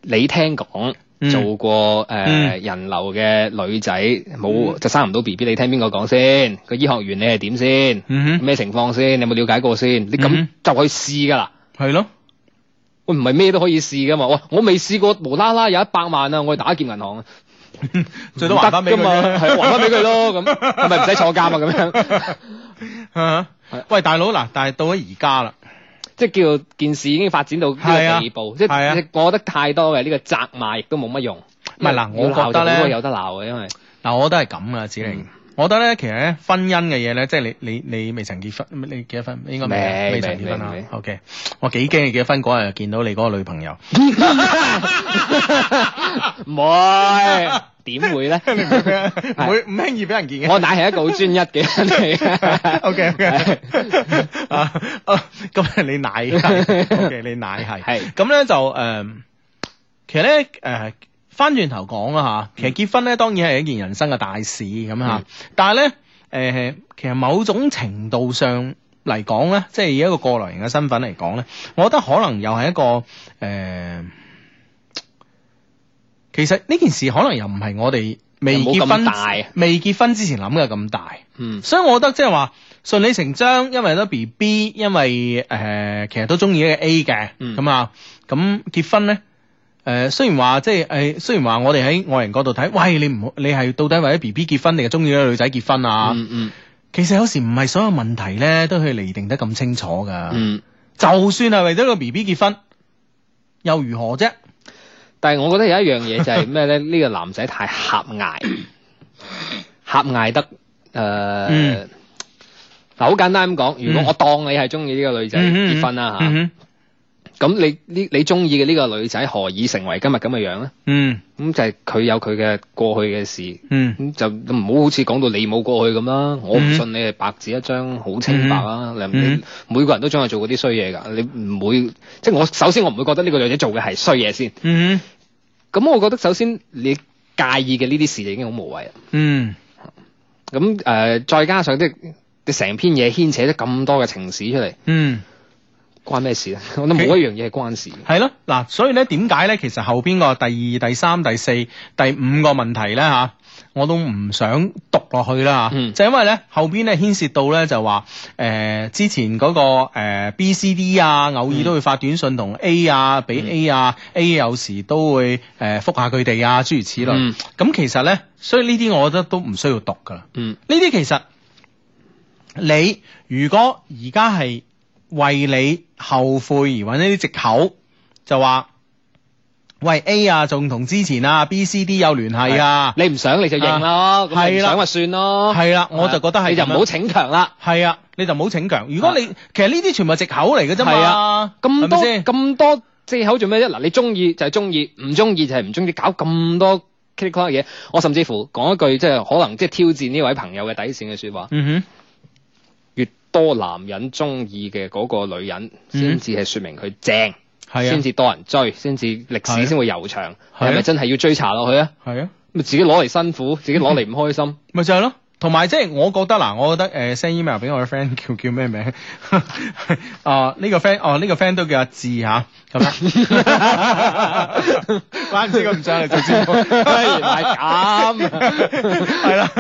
你聽講嗯做過誒、呃嗯人流嘅女仔冇就生唔到 B B，你聽邊個講先？個醫學員你係點先？嗯咩情況先？你有冇了解過先？你咁嗯就去試㗎啦。哼，係咯，喂，唔係咩都可以試㗎嘛？哇！我未試過無啦啦有一百萬啊，我去打劫銀行啊，最多還翻俾唔得㗎嘛，佢係還翻俾佢 咯，咁係咪唔使坐監啊？咁樣。啫。啊喂，大佬嗱，但係到咗而家啦，即係叫做件事已經發展到呢個地步，係啊即係啊係我覺得太多嘅呢個責罵亦都冇乜用。唔係嗱因為我覺得要鬧就呢好過有得鬧嘅，啊因為嗱，我覺得係咁啊，子玲嗯。我覺得咧，其實咧，婚姻嘅嘢咧，即係你你你未曾結婚，你結咗婚應該未未未曾結婚啊未未。 OK，我幾驚你結咗婚嗰日見到你嗰個女朋友，唔會點會咧？ 你唔會唔輕易俾人見嘅。我乃係一個好專一嘅人 嚟嘅。 O K O K 啊啊，咁你奶係 O K 你奶係係咁咧就誒、其實咧誒。翻轉頭講啦嚇，其實結婚咧當然係一件人生嘅大事咁嚇，嗯但係咧誒，其實某種程度上嚟講咧，即係以一個過來人嘅身份嚟講咧，我覺得可能又係一個誒、其實呢件事可能又唔係我哋未又冇咁結婚大啊未結婚之前諗嘅咁大。嗯所以我覺得即係話順理成章，因為都 B B，因為誒、呃其實都中意呢個 A 嘅，嗯咁啊、咁結婚咧，誒、雖然話即係誒雖然話我哋喺外人角度睇，喂你唔好你係到底為咗 B B 結婚定係中意呢個女仔結婚啊？嗯嗯其實有時唔係所有問題咧都可以釐定得咁清楚㗎，嗯，就算係為咗個 B B 結婚，又如何啫？但係我覺得有一樣嘢就係 咩咧？呢個男仔太狹隘，狹隘得誒。呃嗯嗱，好簡單咁講，如果我當你係中意呢個女仔結婚啊啦嚇，嗯咁你呢你中意嘅呢個女仔何以成為今日咁嘅樣咧？嗯咁就係佢有佢嘅過去嘅事，嗯咁就唔好好似講到你冇過去咁啦。我唔信你係白紙一張，好清白啊！你嗯你每個人都將係做過啲衰嘢㗎，你唔會即係我首先我唔會覺得呢個女仔做嘅係衰嘢先。嗯咁我覺得首先你介意嘅呢啲事就已經好無謂啦。嗯咁誒、呃再加上即係你成篇嘢牽扯咗咁多嘅情史出嚟，嗯。關咩事咧？我覺得冇一樣嘢係關事嘅。係咯，嗱，所以咧點解咧？其實後邊個第二、第三、第四、第五個問題咧吓，我都唔想讀落去啦吓，嗯就因為咧後邊咧牽涉到咧就話誒、呃之前嗰、個、呃、B、C、D 啊，偶嗯爾都會發短信同 A 啊，俾 A 啊、a 有時都會誒、呃、覆下佢哋啊，諸如此類。咁嗯、其實咧，所以呢啲我覺得都唔需要讀噶啦。嗯呢啲其實你如果而家係為你後悔而揾一啲藉口，就話喂 A 啊，仲同之前啊 B、C、D 有聯繫啊， 你唔想你就認咯，咁你唔想咪算咯。啊係啦，我就覺得係你就唔咁樣好逞強啦。係啊，你就唔好逞強。如果你其實呢啲全部係藉口嚟嘅啫係啊嘛，係咁咪多先？咁多借口做咩啫？嗱，你中意就係中意，唔中意就係唔中意，搞咁多 k i c 嘢。我甚至乎講一句即係可能即係挑戰呢位朋友嘅底線嘅説話，嗯越多男人中意嘅嗰個女人，先至係説明佢正，哼，係先啊，至多人追，先至歷係啊史先會悠長。係啊係咪真係要追查落去啊？係啊。咪自己攞嚟辛苦，自己攞嚟唔開心。 咪就係咯。同埋即係我覺得嗱，我覺得誒呃 send email 俾我嘅 friend 叫叫咩名？ 啊呢個 friend 哦呢個 friend 都叫阿志嚇咁 樣，怪唔知佢唔上嚟做節目，原 來係啊咁係啦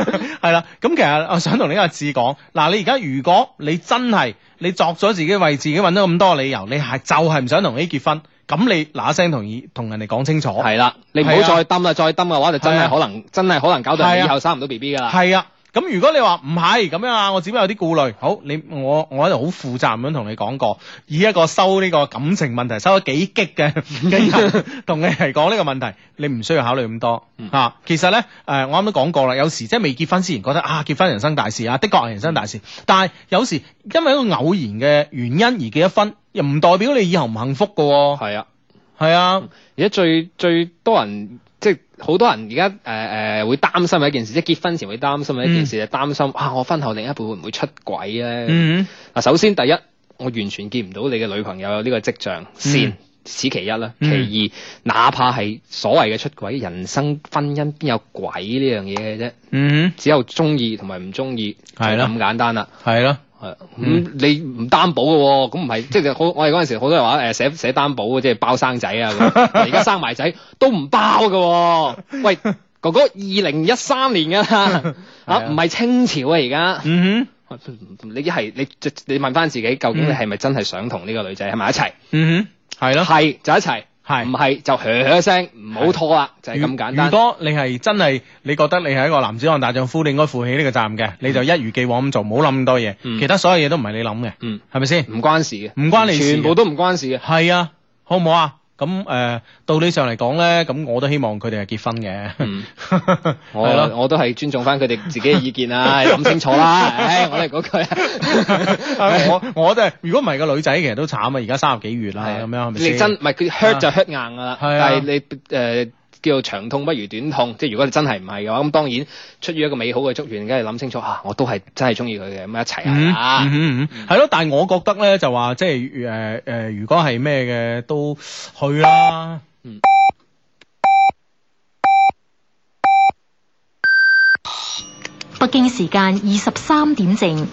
係啦。咁其實我想同呢個阿志講，嗱你而家如果你真係你作咗自己為自己揾咗咁多理由，你係就係唔想同 A 結婚，咁你嗱一聲同意同人哋講清楚。係啦，你唔好係啊再抌啦，再抌嘅話就真係啊係可能真係可能搞到係人啊以後生唔到 B B 㗎啦。係啊，咁如果你話唔係咁樣啊，我只不過有啲顧慮。好，你我我喺度好負責咁樣同你講過，以一個收呢個感情問題收得幾激嘅 嘅人，同你嚟講呢個問題，你唔需要考慮咁多嗯啊。其實咧，誒、我啱都講過啦，有時即係未結婚之前覺得啊，結婚人生大事啊，的確係人生大事。但係有時因為一個偶然嘅原因而結咗婚，又唔代表你以後唔幸福噶、喎。係啊。係啊，而家最最多人即係好多人而家誒誒會擔心嘅一件事，即係結婚前會擔心嘅一件事，就擔心啊我婚後另一半會唔會出軌咧？嗱、嗯首先第一，我完全見唔到你嘅女朋友有呢個跡象先。嗯此其一啦，其嗯二，哪怕係所謂嘅出軌，人生婚姻邊有鬼呢樣嘢嘅啫，嗯，只有中意同埋唔中意，就係啦咁簡單啦。係咯，係咁、你唔擔保嘅喎、咁唔係 即係好，我哋嗰陣時好多人話誒寫寫擔保嘅，即係包生仔 啊，咁而家生埋仔都唔包嘅喎、喂，哥哥，二零一三年㗎 啦，啊唔係清朝啊，而家嗯哼，你一係你即你問翻自己，究竟你係咪真係想同呢個女仔喺埋一齊？嗯哼，係咯，係就一齊，係唔。係就嘘嘘聲，唔好拖啦，就係如咁簡如單。果你係真係你覺得你係一個男子漢大丈夫，你應該負起呢個責任嘅，你就一如既往咁做，唔好諗咁多嘢，嗯其他所有嘢都唔係你諗嘅，嗯，係咪先？唔關事嘅，唔關你事嘅全部都唔關事嘅。係啊，好唔好啊？咁誒、呃道理上嚟講咧，咁我都希望佢哋係結婚嘅， 嗯我係 咯。我都係尊重翻佢哋自己嘅意見 啊，諗清楚啦。唉，我哋嗰句啊 我 我都係，如果唔係個女仔其實都慘啊，而家三十幾月啦，係啊咁樣係咪先？你真唔係佢 hurt 就 hurt 硬㗎啦，係啊但係你誒。叫做長痛不如短痛，即係如果你真係唔係嘅話，咁當然出於一個美好嘅祝願，梗係諗清楚啊！我都係真係中意佢嘅，咁一齊嗯啊！嗯嗯嗯，係咯，但係我覺得咧就話即係誒誒，如果係咩嘅都去啦。嗯北京時間二十三點正。